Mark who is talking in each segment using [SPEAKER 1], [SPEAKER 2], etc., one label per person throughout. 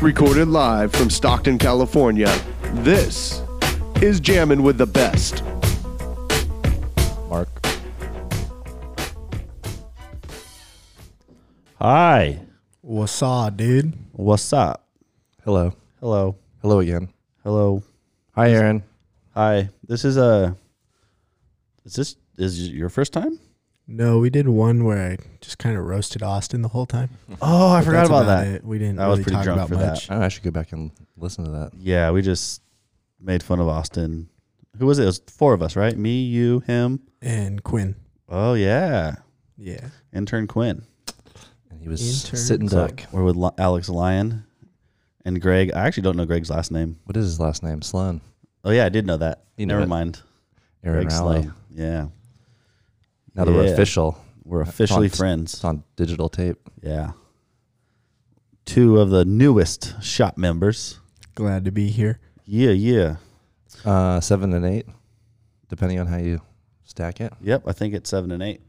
[SPEAKER 1] Recorded live from Stockton, California, this is Jammin' with the Best.
[SPEAKER 2] Mark. Hi.
[SPEAKER 3] What's up, dude?
[SPEAKER 2] What's up?
[SPEAKER 4] Hello.
[SPEAKER 2] Hello.
[SPEAKER 4] Hello again.
[SPEAKER 2] Hello.
[SPEAKER 4] Hi, Aaron.
[SPEAKER 2] Hi. This is a. Is this is your first time?
[SPEAKER 3] No, we did one where I just kind of roasted Austin the whole time.
[SPEAKER 2] Oh, I
[SPEAKER 3] That's It. We didn't
[SPEAKER 2] I was
[SPEAKER 3] really
[SPEAKER 2] pretty
[SPEAKER 3] talk
[SPEAKER 2] drunk
[SPEAKER 3] about
[SPEAKER 2] for that.
[SPEAKER 3] much.
[SPEAKER 4] Oh, I should go back and listen to that.
[SPEAKER 2] Yeah, we just made fun of Austin. Who was it? It was four of us, right? Me, you, him.
[SPEAKER 3] And Quinn,
[SPEAKER 2] Oh yeah,
[SPEAKER 3] yeah,
[SPEAKER 2] intern Quinn.
[SPEAKER 4] And he was
[SPEAKER 3] Intern.
[SPEAKER 4] sitting
[SPEAKER 2] So
[SPEAKER 4] duck.
[SPEAKER 2] We're with Li- Alex Lyon and Greg. I actually don't know Greg's last name.
[SPEAKER 4] What is his last name? Sloan.
[SPEAKER 2] Oh yeah, I did know that.
[SPEAKER 4] You know
[SPEAKER 2] Never
[SPEAKER 4] it.
[SPEAKER 2] mind.
[SPEAKER 4] Aaron
[SPEAKER 2] Greg
[SPEAKER 4] Rowley.
[SPEAKER 2] Sloan. Yeah,
[SPEAKER 4] Now that we're
[SPEAKER 2] Yeah.
[SPEAKER 4] official,
[SPEAKER 2] we're officially
[SPEAKER 4] Font.
[SPEAKER 2] friends.
[SPEAKER 4] it's on digital tape.
[SPEAKER 2] Yeah. Two of the newest shop members.
[SPEAKER 3] glad to be here.
[SPEAKER 2] Yeah, yeah.
[SPEAKER 4] Uh, seven and eight, depending on how you stack it.
[SPEAKER 2] Yep, I think it's seven and eight.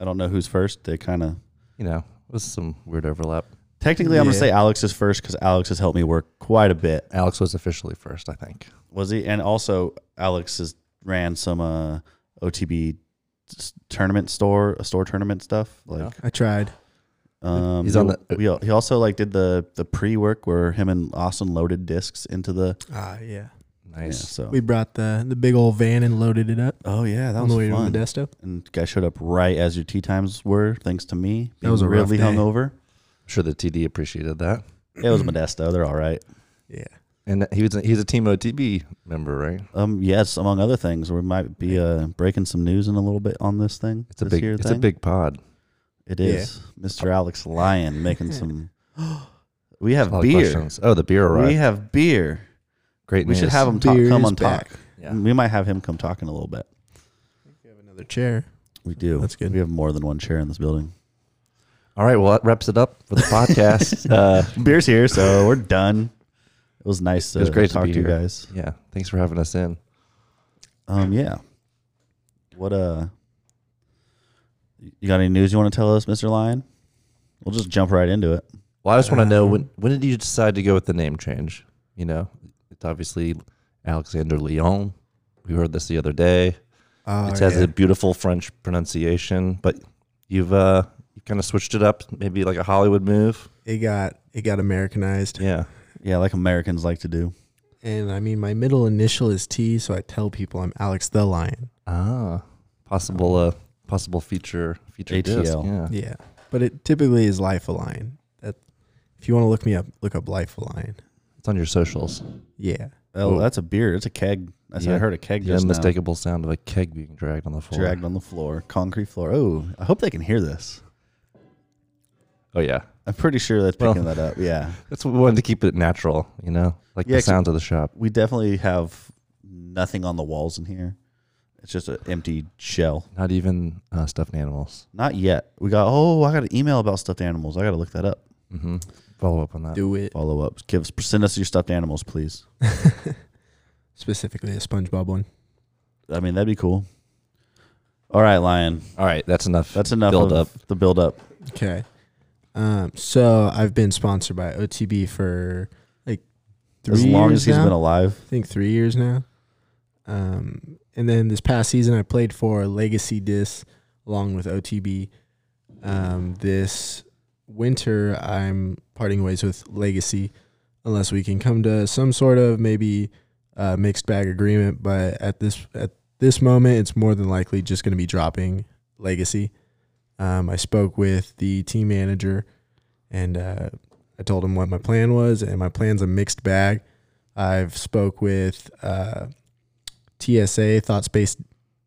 [SPEAKER 2] I don't know who's first. They kind of.
[SPEAKER 4] You know, it was some weird overlap.
[SPEAKER 2] Technically, I'm going to
[SPEAKER 3] Yeah.
[SPEAKER 2] say Alex is first because Alex has helped me work quite a bit.
[SPEAKER 4] Alex was officially first, I think.
[SPEAKER 2] Was he? And also, Alex has ran some uh, OTB s- tournament store, store tournament stuff. Like,
[SPEAKER 3] I tried.
[SPEAKER 2] um,
[SPEAKER 4] He's on the-
[SPEAKER 2] we al- he also like did the the pre work where him and Austin loaded discs into the.
[SPEAKER 3] Ah, yeah.
[SPEAKER 2] Yeah,
[SPEAKER 4] Nice.
[SPEAKER 2] so.
[SPEAKER 3] We brought the the big old van and loaded it up
[SPEAKER 2] oh yeah, that
[SPEAKER 3] on
[SPEAKER 2] was
[SPEAKER 3] the way
[SPEAKER 2] fun.
[SPEAKER 3] to Modesto.
[SPEAKER 2] and guy showed up right as your tea times were, thanks to me.
[SPEAKER 3] That was
[SPEAKER 2] being
[SPEAKER 3] a rough
[SPEAKER 2] really
[SPEAKER 3] day.
[SPEAKER 2] hungover.
[SPEAKER 4] I'm sure the TD appreciated that.
[SPEAKER 2] It was Modesto. They're all right.
[SPEAKER 3] Yeah,
[SPEAKER 4] And he was he's a Team OTB member, right?
[SPEAKER 2] Um, yes, among other things, we might be uh, breaking some news in a little bit on this thing.
[SPEAKER 4] It's a
[SPEAKER 2] this
[SPEAKER 4] big
[SPEAKER 2] year
[SPEAKER 4] it's a
[SPEAKER 2] thing.
[SPEAKER 4] big pod.
[SPEAKER 2] It is Mr. Alex Lyon making some. We have
[SPEAKER 4] A lot of
[SPEAKER 2] beer.
[SPEAKER 4] questions. Oh, the beer arrived.
[SPEAKER 2] We have beer.
[SPEAKER 4] Great
[SPEAKER 2] We
[SPEAKER 4] news.
[SPEAKER 2] should have him talk,
[SPEAKER 3] Beer
[SPEAKER 2] come
[SPEAKER 3] is
[SPEAKER 2] on
[SPEAKER 3] back.
[SPEAKER 2] talk.
[SPEAKER 4] Yeah.
[SPEAKER 2] We might have him come talk in a little bit.
[SPEAKER 3] another chair.
[SPEAKER 2] We do.
[SPEAKER 3] That's good.
[SPEAKER 2] We have more than one chair in this building.
[SPEAKER 4] All right, well that wraps it up for the podcast.
[SPEAKER 2] Uh, beer's here, so we're done. It was nice. To
[SPEAKER 4] It was great to
[SPEAKER 2] talk
[SPEAKER 4] be
[SPEAKER 2] to, you
[SPEAKER 4] here.
[SPEAKER 2] guys.
[SPEAKER 4] yeah, thanks for having us in.
[SPEAKER 2] Um, yeah. What uh? You got any news you want to tell us, Mister Lyon? We'll just jump right into it.
[SPEAKER 4] Well, I just want to know when when did you decide to go with the name change? You know, it's obviously Alexander Lyon. We heard this the other day.
[SPEAKER 3] Oh,
[SPEAKER 4] it has
[SPEAKER 3] yeah.
[SPEAKER 4] a beautiful French pronunciation, but you've uh you kind of switched it up, maybe like a Hollywood move.
[SPEAKER 3] it got it got Americanized,
[SPEAKER 4] Yeah.
[SPEAKER 2] Yeah, like Americans like to do.
[SPEAKER 3] and I mean my middle initial is T, so I tell people I'm Alex the Lion.
[SPEAKER 4] Ah, possible uh possible feature feature disc.
[SPEAKER 2] ATL.
[SPEAKER 4] Yeah.
[SPEAKER 3] Yeah, but it typically is Life a Lion. That if you want to look me up, look up Life a Lion.
[SPEAKER 4] It's on your socials.
[SPEAKER 3] Yeah.
[SPEAKER 2] Oh,
[SPEAKER 4] Oh.
[SPEAKER 2] that's a beer. It's a keg. I, said I
[SPEAKER 4] Yeah.
[SPEAKER 2] heard a keg
[SPEAKER 4] The
[SPEAKER 2] just now.
[SPEAKER 4] unmistakable sound of a keg being dragged on the floor.
[SPEAKER 2] Dragged on the floor, concrete floor. Oh, I hope they can hear this.
[SPEAKER 4] Oh yeah.
[SPEAKER 2] I'm pretty sure that's
[SPEAKER 4] Well-
[SPEAKER 2] picking that up. Yeah,
[SPEAKER 4] That's what we wanted to keep it natural, you know, like
[SPEAKER 2] Yeah,
[SPEAKER 4] the
[SPEAKER 2] 'cause-
[SPEAKER 4] sounds of the shop.
[SPEAKER 2] we definitely have nothing on the walls in here. It's just an empty shell.
[SPEAKER 4] Not even uh, stuffed animals.
[SPEAKER 2] Not yet. We got. Oh, I got an email about stuffed animals. I got to look that up.
[SPEAKER 4] Mm-hmm. Follow up on that.
[SPEAKER 3] Do it.
[SPEAKER 2] Follow up. Give us- send us your stuffed animals, please.
[SPEAKER 3] Specifically a SpongeBob one.
[SPEAKER 2] I mean, that'd be cool. All right, Lion.
[SPEAKER 4] All right, that's enough.
[SPEAKER 2] That's enough
[SPEAKER 4] Build
[SPEAKER 2] of
[SPEAKER 4] up.
[SPEAKER 2] the build up.
[SPEAKER 3] Okay. Um, so I've been sponsored by OTB for like three
[SPEAKER 2] As long
[SPEAKER 3] years
[SPEAKER 2] as he's
[SPEAKER 3] now.
[SPEAKER 2] been alive.
[SPEAKER 3] I think three years now. Um, and then this past season, I played for Legacy Disc along with OTB. Um, this winter, I'm parting ways with Legacy unless we can come to some sort of maybe uh, mixed bag agreement. But at this at this moment, it's more than likely just going to be dropping Legacy. Um, I spoke with the team manager, and uh, I told him what my plan was, and my plan's a mixed bag. I've spoke with uh, TSA Thought Space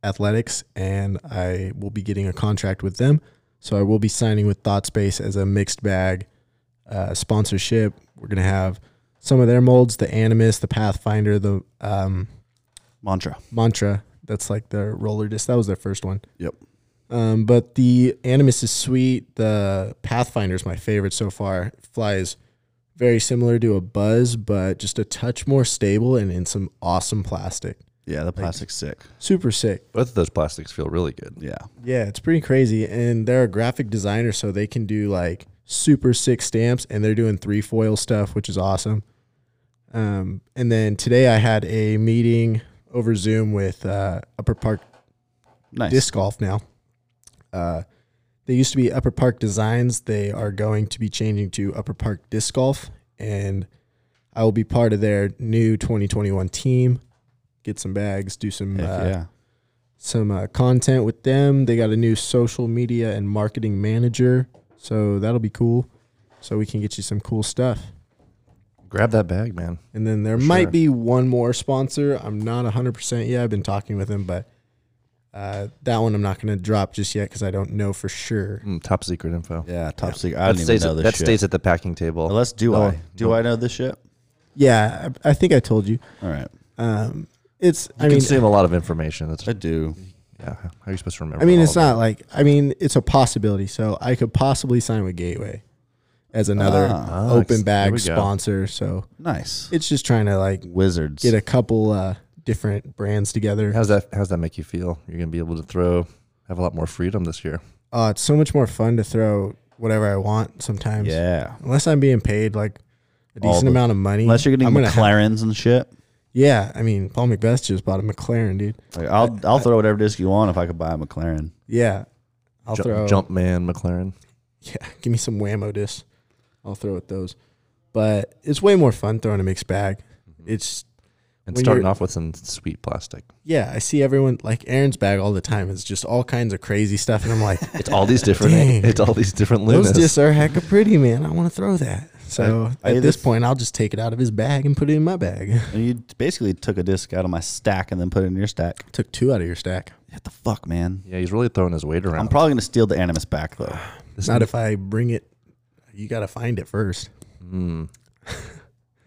[SPEAKER 3] Athletics, and I will be getting a contract with them. So I will be signing with Thought Space as a mixed bag uh, sponsorship. We're gonna have some of their molds: the Animus, the Pathfinder, the um,
[SPEAKER 2] Mantra.
[SPEAKER 3] Mantra. That's like their roller disc. That was their first one.
[SPEAKER 2] Yep.
[SPEAKER 3] Um, but the Animus is sweet. The Pathfinder is my favorite so far. Flies very similar to a Buzz, but just a touch more stable and in some awesome plastic.
[SPEAKER 2] Yeah, the plastic's sick.
[SPEAKER 3] Super sick.
[SPEAKER 4] Both of those plastics feel really good.
[SPEAKER 2] Yeah.
[SPEAKER 3] Yeah, it's pretty crazy. And they're a graphic designer, so they can do like super sick stamps, and they're doing three foil stuff, which is awesome. Um, and then today I had a meeting over Zoom with uh, Upper Park
[SPEAKER 2] Nice.
[SPEAKER 3] disc golf now. Uh, they used to be Upper Park Designs. They are going to be changing to Upper Park Disc Golf, and I will be part of their new 2021 team. Get some bags, do some
[SPEAKER 2] Heck
[SPEAKER 3] uh,
[SPEAKER 2] yeah.
[SPEAKER 3] some uh, content with them. They got a new social media and marketing manager, so that'll be cool. So we can get you some cool stuff.
[SPEAKER 4] Grab that bag, man.
[SPEAKER 3] And then there
[SPEAKER 4] For
[SPEAKER 3] might
[SPEAKER 4] sure.
[SPEAKER 3] be one more sponsor. I'm not 100% yet. I've been talking with him, but uh, that one I'm not going to drop just yet because I don't know for sure.
[SPEAKER 4] Mm, top secret info.
[SPEAKER 2] Yeah, top secret. I
[SPEAKER 4] That,
[SPEAKER 2] didn't even
[SPEAKER 4] stays,
[SPEAKER 2] know this
[SPEAKER 4] that
[SPEAKER 2] shit.
[SPEAKER 4] stays at the packing table.
[SPEAKER 2] Unless do
[SPEAKER 4] Oh,
[SPEAKER 2] I? Do
[SPEAKER 4] no.
[SPEAKER 2] I know this shit?
[SPEAKER 3] Yeah, I, I think I told you.
[SPEAKER 2] All right.
[SPEAKER 3] Um, it's,
[SPEAKER 4] You
[SPEAKER 3] I mean,
[SPEAKER 4] consume a lot of information. That's
[SPEAKER 2] I do.
[SPEAKER 4] yeah. How are you supposed to
[SPEAKER 3] I
[SPEAKER 4] remember?
[SPEAKER 3] mean,
[SPEAKER 4] all
[SPEAKER 3] it's
[SPEAKER 4] of
[SPEAKER 3] not like, I mean, it's a possibility. So I could possibly sign with Gateway as another
[SPEAKER 2] Ah,
[SPEAKER 4] that? Ah,
[SPEAKER 3] open
[SPEAKER 4] there we
[SPEAKER 3] bag
[SPEAKER 4] go.
[SPEAKER 3] sponsor. So
[SPEAKER 2] Nice.
[SPEAKER 3] it's just trying to like
[SPEAKER 2] Wizards.
[SPEAKER 3] get a couple uh, different brands together.
[SPEAKER 4] How's that? How's that make you feel? You're gonna be able to throw, have a lot more freedom this year.
[SPEAKER 3] Uh, it's so much more fun to throw whatever I want sometimes.
[SPEAKER 2] yeah.
[SPEAKER 3] unless I'm being paid like a
[SPEAKER 2] All
[SPEAKER 3] decent
[SPEAKER 2] the-
[SPEAKER 3] amount of money.
[SPEAKER 2] Unless you're getting
[SPEAKER 3] I'm gonna ha-
[SPEAKER 2] McLarens and shit.
[SPEAKER 3] yeah, I mean, Paul McBeth just bought a McLaren, dude.
[SPEAKER 2] Like, I'll I, will i will throw whatever disc you want if I could buy a McLaren.
[SPEAKER 3] Yeah, I'll
[SPEAKER 4] Ju-
[SPEAKER 3] throw.
[SPEAKER 4] jump man, McLaren.
[SPEAKER 3] Yeah, give me some whammo discs. I'll throw at those. But it's way more fun throwing a mixed bag.
[SPEAKER 2] Mm-hmm.
[SPEAKER 3] It's
[SPEAKER 4] And
[SPEAKER 3] When
[SPEAKER 4] starting
[SPEAKER 3] you're-
[SPEAKER 4] off with some sweet plastic.
[SPEAKER 3] yeah, I see everyone like Aaron's bag all the time. It's just all kinds of crazy stuff, and I'm like,
[SPEAKER 4] It's all these different.
[SPEAKER 3] Dang.
[SPEAKER 4] It's all these different
[SPEAKER 3] those
[SPEAKER 4] lunas.
[SPEAKER 3] discs are hecka pretty, man. I want to throw that. So
[SPEAKER 2] I- I
[SPEAKER 3] at
[SPEAKER 2] either-
[SPEAKER 3] this point, I'll just take it out of his bag and put it in my bag.
[SPEAKER 2] And you basically took a disc out of my stack and then put it in your stack.
[SPEAKER 3] Took two out of your stack.
[SPEAKER 2] What the fuck, man?
[SPEAKER 4] yeah, he's really throwing his weight
[SPEAKER 2] I'm
[SPEAKER 4] around.
[SPEAKER 2] probably gonna steal the Animus back though.
[SPEAKER 4] This-
[SPEAKER 2] Mm-hmm.
[SPEAKER 3] Not if I bring it. You got to find it first.
[SPEAKER 4] Mm.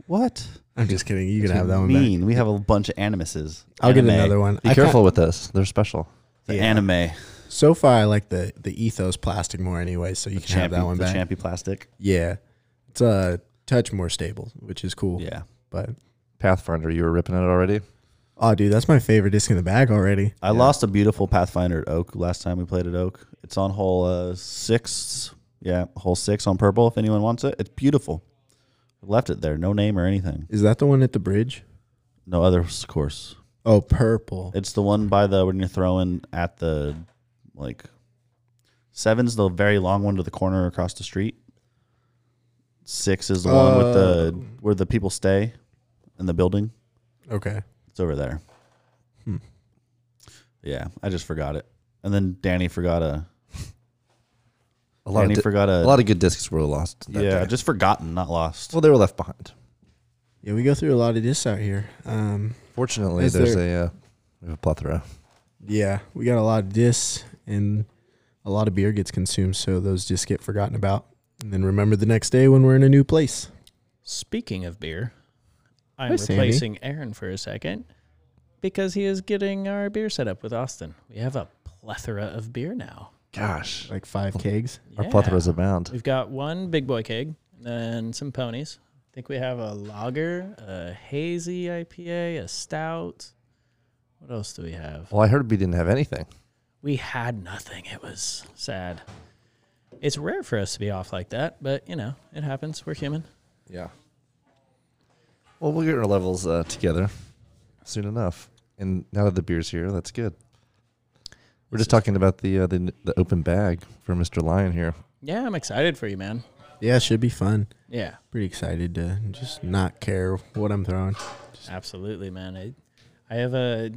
[SPEAKER 2] What?
[SPEAKER 3] I'm just kidding. You
[SPEAKER 2] What
[SPEAKER 3] can
[SPEAKER 2] do
[SPEAKER 3] have that one back.
[SPEAKER 2] mean. We have a bunch of Animuses.
[SPEAKER 3] I'll get
[SPEAKER 2] Anime.
[SPEAKER 3] another one.
[SPEAKER 4] Be
[SPEAKER 3] I
[SPEAKER 4] careful
[SPEAKER 3] ki-
[SPEAKER 4] with this. They're special.
[SPEAKER 2] The
[SPEAKER 3] Yeah.
[SPEAKER 2] anime.
[SPEAKER 3] so far, I like the the Ethos plastic more anyway, so you
[SPEAKER 2] The
[SPEAKER 3] can have that
[SPEAKER 2] champi,
[SPEAKER 3] one
[SPEAKER 2] the
[SPEAKER 3] back.
[SPEAKER 2] champi plastic.
[SPEAKER 3] Yeah, it's a touch more stable, which is cool.
[SPEAKER 2] Yeah.
[SPEAKER 3] But
[SPEAKER 4] Pathfinder, you were ripping it already.
[SPEAKER 3] oh, dude, that's my favorite disc in the bag already.
[SPEAKER 2] I lost a beautiful Pathfinder at Oak last time we played at Oak. It's on hole uh, six. Yeah, hole six on purple if anyone wants it. It's beautiful. Left it there, no name or anything.
[SPEAKER 3] Is that the one at the bridge?
[SPEAKER 2] No other s- course.
[SPEAKER 3] Oh, purple.
[SPEAKER 2] It's the one by the when you're throwing at the like seven's the very long one to the corner across the street. Six is the one with the where the people stay in the building.
[SPEAKER 3] Okay.
[SPEAKER 2] It's over there.
[SPEAKER 3] Hmm.
[SPEAKER 2] Yeah, I just forgot it. And then Danny forgot a
[SPEAKER 4] A lot
[SPEAKER 2] Danny
[SPEAKER 4] of di-
[SPEAKER 2] forgot
[SPEAKER 4] a lot of good discs were lost. That
[SPEAKER 2] yeah,
[SPEAKER 4] day.
[SPEAKER 2] just forgotten, not lost.
[SPEAKER 4] well, they were left behind.
[SPEAKER 3] Yeah, we go through a lot of discs out here. Um,
[SPEAKER 4] Fortunately,
[SPEAKER 3] Is
[SPEAKER 4] there's
[SPEAKER 3] there-
[SPEAKER 4] a uh, we have a plethora.
[SPEAKER 3] yeah, we got a lot of discs, and a lot of beer gets consumed, so those discs get forgotten about, and then remember the next day when we're in a new place.
[SPEAKER 5] Speaking of beer, I'm
[SPEAKER 3] Hi, Sammy.
[SPEAKER 5] replacing Aaron for a second because he is getting our beer set up with Austin. We have a plethora of beer now.
[SPEAKER 4] Gosh,
[SPEAKER 3] Like five kegs.
[SPEAKER 4] our
[SPEAKER 5] Yeah.
[SPEAKER 4] plethora's abound.
[SPEAKER 5] We've got one big boy keg and some ponies. I think we have a lager, a hazy IPA, a stout. What else do we have?
[SPEAKER 4] Well, I heard we didn't have anything.
[SPEAKER 5] We had nothing. It was sad. It's rare for us to be off like that, but you know, it happens. We're human.
[SPEAKER 4] Yeah. Well, we'll get our levels uh, together soon enough. And now that the beer's here, that's good. We're just talking about the uh, the, the open bag for Mr. Lion here.
[SPEAKER 5] Yeah, I'm excited for you, man.
[SPEAKER 3] Yeah, should be fun.
[SPEAKER 5] Yeah.
[SPEAKER 3] pretty excited to just not care what I'm throwing.
[SPEAKER 5] Absolutely, man. I, I have uh,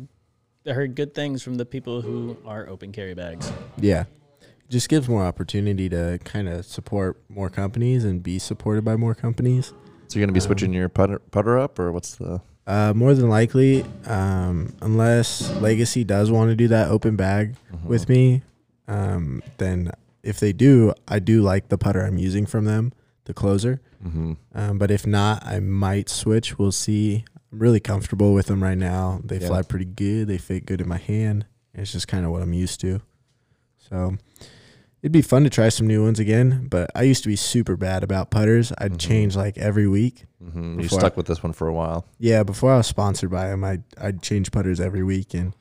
[SPEAKER 5] I heard good things from the people who are open carry bags.
[SPEAKER 3] Yeah. Just gives more opportunity to kind of support more companies and be supported by more companies.
[SPEAKER 4] So you're gonna be switching your putter putter up, or what's the?
[SPEAKER 3] Uh, more than likely, um, unless Legacy does want to do that open bag with me, um, then if they do, I do like the putter I'm using from them, the closer.
[SPEAKER 4] Mm-hmm.
[SPEAKER 3] Um, but if not, I might switch. We'll see. I'm really comfortable with them right now. They
[SPEAKER 2] Yeah.
[SPEAKER 3] fly pretty good. They fit good in my hand. It's just kind of what I'm used to. So it'd be fun to try some new ones again. But I used to be super bad about putters. I'd
[SPEAKER 4] Mhm.
[SPEAKER 3] change like every week.
[SPEAKER 4] Mm-hmm. You
[SPEAKER 3] Before I-
[SPEAKER 4] stuck with this one for a while.
[SPEAKER 3] Yeah, before I was sponsored by them, I'd, I'd change putters every week and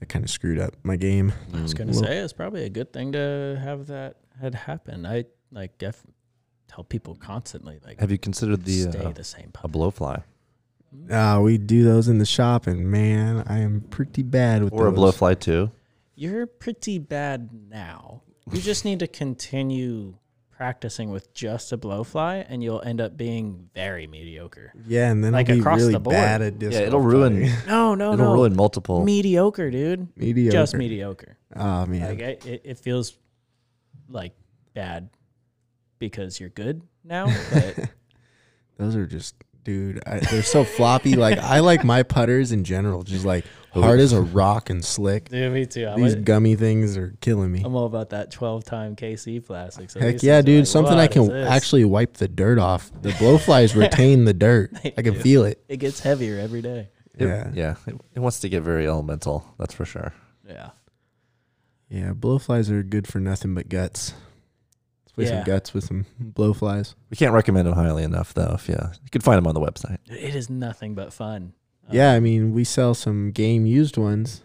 [SPEAKER 3] that kind of screwed up my game.
[SPEAKER 5] I was
[SPEAKER 4] Mm.
[SPEAKER 5] gonna
[SPEAKER 3] Well-
[SPEAKER 5] say it's probably a good thing to have that had happened. I like def- tell people constantly like
[SPEAKER 4] Have you considered the
[SPEAKER 5] stay
[SPEAKER 4] uh,
[SPEAKER 5] the same
[SPEAKER 4] a
[SPEAKER 5] pub.
[SPEAKER 4] blowfly
[SPEAKER 3] Uh, we do those in the shop, and man, I am pretty bad with
[SPEAKER 4] or a
[SPEAKER 3] those.
[SPEAKER 4] blowfly too?
[SPEAKER 5] You're pretty bad now. You just need to continue practicing with just a blowfly, and you'll end up being very mediocre.
[SPEAKER 3] Yeah, and then
[SPEAKER 5] Like
[SPEAKER 3] I'll be
[SPEAKER 5] across
[SPEAKER 3] really
[SPEAKER 5] the board.
[SPEAKER 3] bad at disc.
[SPEAKER 4] Yeah, it'll
[SPEAKER 3] golf
[SPEAKER 4] ruin.
[SPEAKER 3] putting.
[SPEAKER 5] No, no,
[SPEAKER 4] It'll
[SPEAKER 5] no.
[SPEAKER 4] ruin multiple.
[SPEAKER 5] mediocre, dude.
[SPEAKER 3] mediocre.
[SPEAKER 5] Just mediocre.
[SPEAKER 3] Oh man,
[SPEAKER 5] Like I, it, it feels like bad because you're good now, but
[SPEAKER 3] those are just dude. I, they're so floppy. Like I like my putters in general, just like hard as a rock and slick.
[SPEAKER 5] dude, me too. I'm,
[SPEAKER 3] These gummy things are killing me.
[SPEAKER 5] I'm all about that 12 time KC plastic. So
[SPEAKER 3] Heck
[SPEAKER 5] these
[SPEAKER 3] yeah,
[SPEAKER 5] things are
[SPEAKER 3] dude!
[SPEAKER 5] like,
[SPEAKER 3] Something I
[SPEAKER 5] what is
[SPEAKER 3] can
[SPEAKER 5] this?
[SPEAKER 3] actually wipe the dirt off. The blowflies retain the dirt. I can feel it.
[SPEAKER 5] It gets heavier every day.
[SPEAKER 4] It-
[SPEAKER 3] Yeah.
[SPEAKER 4] yeah. It, it wants to get very elemental. That's for sure.
[SPEAKER 5] Yeah.
[SPEAKER 3] Yeah, blowflies are good for nothing but guts. Let's play
[SPEAKER 5] Yeah. Uh-huh.
[SPEAKER 3] some guts with some blowflies.
[SPEAKER 4] We can't recommend them highly enough, though. If yeah, you can find them on the website.
[SPEAKER 5] It is nothing but fun. Um,
[SPEAKER 3] yeah, I mean, we sell some game used ones.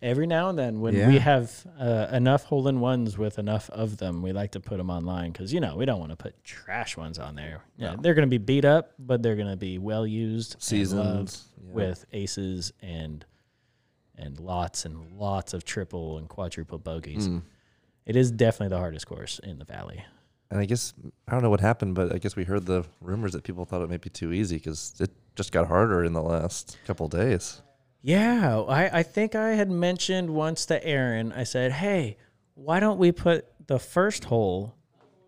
[SPEAKER 5] Every now and then, when
[SPEAKER 3] Yeah.
[SPEAKER 5] we have uh, enough hole in ones with enough of them, we like to put them online because, you know, we don't want to put trash ones on there. Yeah. They're going to be beat up, but they're going to be well used, and loved
[SPEAKER 4] Seasons yeah.
[SPEAKER 5] with aces and and lots and lots of triple and quadruple bogeys.
[SPEAKER 4] Mm.
[SPEAKER 5] It is definitely the hardest course in the valley.
[SPEAKER 4] And I guess I don't know what happened, but I guess we heard the rumors that people thought it might be too easy because it just got harder in the last couple days.
[SPEAKER 5] Yeah, I, I think I had mentioned once to Aaron, I said, hey, why don't we put the first hole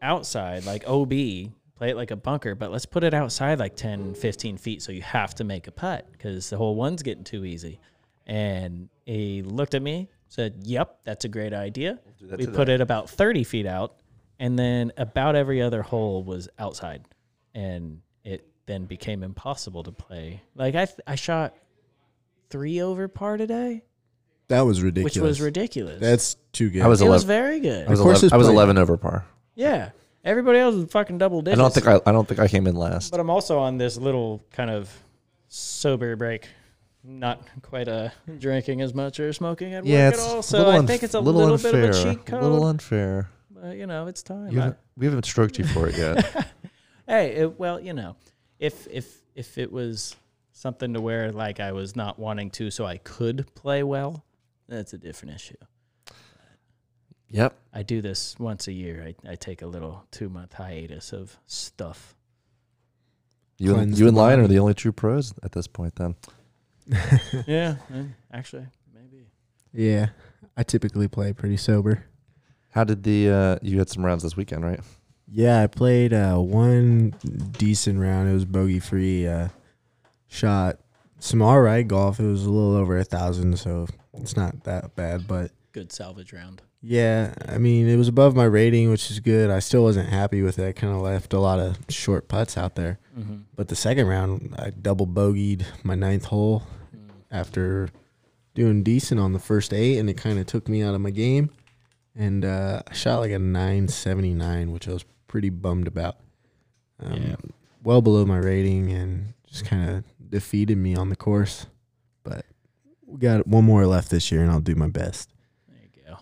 [SPEAKER 5] outside, like OB, play it like a bunker, but let's put it outside like 10, 15 feet so you have to make a putt because the whole one's getting too easy. And he looked at me, said, yep, that's a great idea.
[SPEAKER 4] that
[SPEAKER 5] we put it about 30 feet out, and then about every other hole was outside. And it then became impossible to play. Like I, th- I shot three over par today,
[SPEAKER 3] That was ridiculous.
[SPEAKER 5] which was ridiculous.
[SPEAKER 3] That's too good.
[SPEAKER 4] I was
[SPEAKER 5] it was
[SPEAKER 4] eleven.
[SPEAKER 5] very good.
[SPEAKER 4] I was,
[SPEAKER 3] Of course
[SPEAKER 4] 11,
[SPEAKER 3] it's
[SPEAKER 4] I was
[SPEAKER 3] playing.
[SPEAKER 4] eleven over par.
[SPEAKER 5] yeah. Everybody else was fucking double
[SPEAKER 4] I
[SPEAKER 5] digits.
[SPEAKER 4] don't think I, I don't think I came in last.
[SPEAKER 5] but I'm also on this little kind of sober break. Not quite uh, drinking as much or smoking at work at all. So I think it's a little, bit of a cheat code.
[SPEAKER 4] A little unfair.
[SPEAKER 5] but, you know, it's time.
[SPEAKER 4] You
[SPEAKER 5] I-
[SPEAKER 4] haven't, we haven't stroked you for it yet.
[SPEAKER 5] Hey, it, well, you know, if if if it was something to where like I was not wanting to, so I could play well, that's a different issue.
[SPEAKER 4] yep.
[SPEAKER 5] I do this once a year. I, I take a little two month hiatus of stuff.
[SPEAKER 4] You and,
[SPEAKER 3] Cleanse
[SPEAKER 4] you
[SPEAKER 3] the
[SPEAKER 4] and Lion are
[SPEAKER 3] body.
[SPEAKER 4] the only true pros at this point. Then
[SPEAKER 5] yeah, actually, maybe.
[SPEAKER 3] yeah, I typically play pretty sober.
[SPEAKER 4] how did the uh, you had some rounds this weekend, right?
[SPEAKER 3] Yeah, I played uh, one decent round. It was bogey free. Uh, shot some all right golf. It was a little over a thousand, so it's not that bad. But
[SPEAKER 5] Good salvage round.
[SPEAKER 3] Yeah, I mean, it was above my rating, which is good. I still wasn't happy with it. I kind of left a lot of short putts out there. But the second round, I double bogeyed my ninth hole after doing decent on the first eight, and it kind of took me out of my game. And uh, I shot like a 979, which I was pretty bummed about. Um,
[SPEAKER 5] Yeah.
[SPEAKER 3] Well below my rating and just kind of defeated me on the course. But we got one more left this year, and I'll do my best.
[SPEAKER 5] There you go.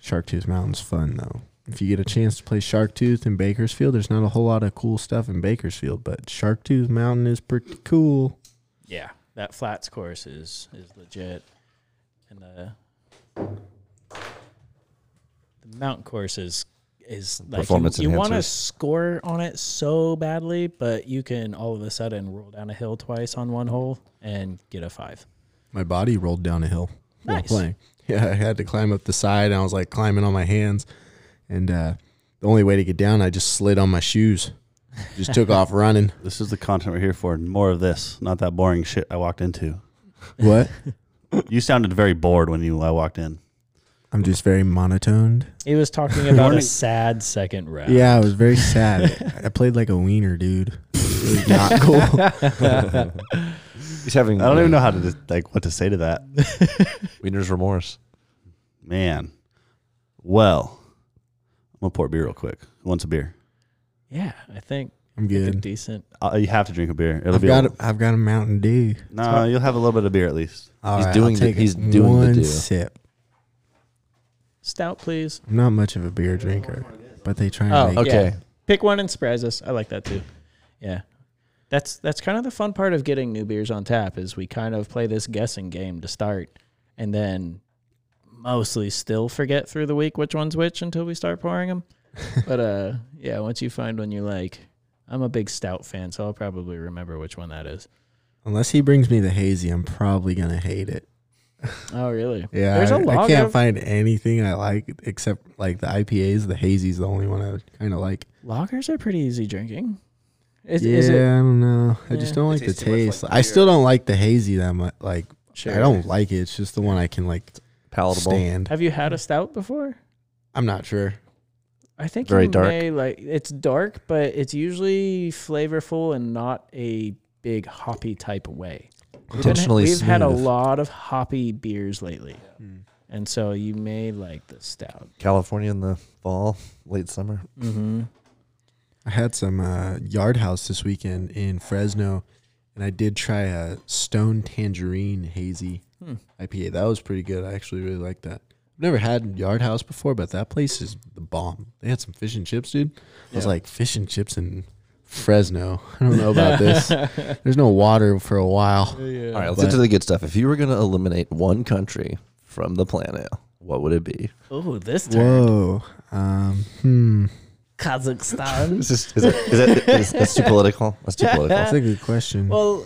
[SPEAKER 3] Shark Tooth Mountain's fun though. If you get a chance to play Shark Tooth in Bakersfield, there's not a whole lot of cool stuff in Bakersfield, but Shark Tooth Mountain is pretty cool.
[SPEAKER 5] Yeah, that flats course is is legit, and the the mount course is is like
[SPEAKER 4] Performance
[SPEAKER 5] you, you want to
[SPEAKER 4] enhancers.
[SPEAKER 5] score on it so badly, but you can all of a sudden roll down a hill twice on one hole and get a five.
[SPEAKER 3] My body rolled down a hill while
[SPEAKER 5] Nice.
[SPEAKER 3] playing. Yeah, I had to climb up the side and I was like climbing on my hands. And uh, the only way to get down, I just slid on my shoes. Just took off running.
[SPEAKER 2] This is the content we're here for. and More of this, not that boring shit I walked into.
[SPEAKER 3] What?
[SPEAKER 2] You sounded very bored when you I walked in.
[SPEAKER 3] I'm just very monotoned.
[SPEAKER 5] He was talking about
[SPEAKER 2] Morning.
[SPEAKER 5] a sad second round.
[SPEAKER 3] Yeah, I was very sad. I played like a wiener, dude. It was not cool.
[SPEAKER 4] He's having
[SPEAKER 2] I don't even know how to dis- like what to say to that.
[SPEAKER 4] Wiener's remorse.
[SPEAKER 2] Man. Well, I'm gonna pour a beer real quick. Who wants a beer?
[SPEAKER 5] yeah, I think
[SPEAKER 3] I'm
[SPEAKER 5] I think a
[SPEAKER 3] good.
[SPEAKER 5] decent.
[SPEAKER 2] Uh, you have to drink a beer. It'll
[SPEAKER 3] I've
[SPEAKER 2] be
[SPEAKER 3] got
[SPEAKER 2] a,
[SPEAKER 3] a, I've got a Mountain Dew.
[SPEAKER 2] no. You'll have a little bit of beer at least.
[SPEAKER 3] All
[SPEAKER 4] He's
[SPEAKER 3] right,
[SPEAKER 4] doing
[SPEAKER 3] I'll
[SPEAKER 4] the-
[SPEAKER 3] take
[SPEAKER 4] he's doing the
[SPEAKER 3] one
[SPEAKER 4] do.
[SPEAKER 3] sip.
[SPEAKER 5] Stout, please.
[SPEAKER 3] I'm not much of a beer drinker, but they try and
[SPEAKER 5] Oh,
[SPEAKER 3] make
[SPEAKER 5] okay.
[SPEAKER 4] Okay.
[SPEAKER 5] Pick one and surprise us. I like that too. Yeah. That's that's kind of the fun part of getting new beers on tap is we kind of play this guessing game to start and then mostly still forget through the week which one's which until we start pouring them. but uh yeah, once you find one you like, I'm a big stout fan, so I'll probably remember which one that is.
[SPEAKER 3] Unless he brings me the hazy, I'm probably gonna hate it.
[SPEAKER 5] Oh, really?
[SPEAKER 3] Yeah,
[SPEAKER 5] There's
[SPEAKER 3] I,
[SPEAKER 5] a
[SPEAKER 3] I
[SPEAKER 5] log
[SPEAKER 3] can't
[SPEAKER 5] of-
[SPEAKER 3] find anything I like except like the IPAs. The hazy's the only one I kind of like.
[SPEAKER 5] Lagers are pretty easy drinking. Is,
[SPEAKER 3] yeah,
[SPEAKER 5] is it?
[SPEAKER 3] I don't know. I
[SPEAKER 5] Yeah.
[SPEAKER 3] just don't like
[SPEAKER 4] It
[SPEAKER 3] the
[SPEAKER 4] tastes too much like
[SPEAKER 3] taste.
[SPEAKER 4] beer.
[SPEAKER 3] I still don't like the hazy that much. Like
[SPEAKER 5] Sure.
[SPEAKER 3] I don't like it. It's just the one I can like
[SPEAKER 4] Palatable.
[SPEAKER 3] stand.
[SPEAKER 5] Have you had a stout before?
[SPEAKER 3] I'm not sure.
[SPEAKER 5] I think
[SPEAKER 4] Very
[SPEAKER 5] you
[SPEAKER 4] dark.
[SPEAKER 5] may like it's dark, but it's usually flavorful and not a big hoppy type way. We've been-
[SPEAKER 4] Intentionally
[SPEAKER 5] we've had a
[SPEAKER 4] smooth.
[SPEAKER 5] lot of hoppy beers lately,
[SPEAKER 4] Hmm.
[SPEAKER 3] Mm.
[SPEAKER 5] and so you may like the stout.
[SPEAKER 4] California in the fall, late summer.
[SPEAKER 5] Mm-hmm.
[SPEAKER 3] I had some uh, yard house this weekend in Fresno, and I did try a stone tangerine hazy
[SPEAKER 5] Hmm.
[SPEAKER 3] IPA. That was pretty good. I actually really liked that. I've never had yard house before, but that place is the bomb. They had some fish and chips, dude. I was like, fish and chips in Fresno. I don't know about this. There's no water for a while.
[SPEAKER 4] All right, let's
[SPEAKER 3] But-
[SPEAKER 4] get to the good stuff. If you were going to eliminate one country from the planet, what would it be?
[SPEAKER 5] Oh, this turn
[SPEAKER 3] Whoa. Um, hmm.
[SPEAKER 5] Kazakhstan.
[SPEAKER 4] Is, this, is, it, is, it, is that's too political? That's too
[SPEAKER 3] That's
[SPEAKER 4] political.
[SPEAKER 3] a good question.
[SPEAKER 5] well,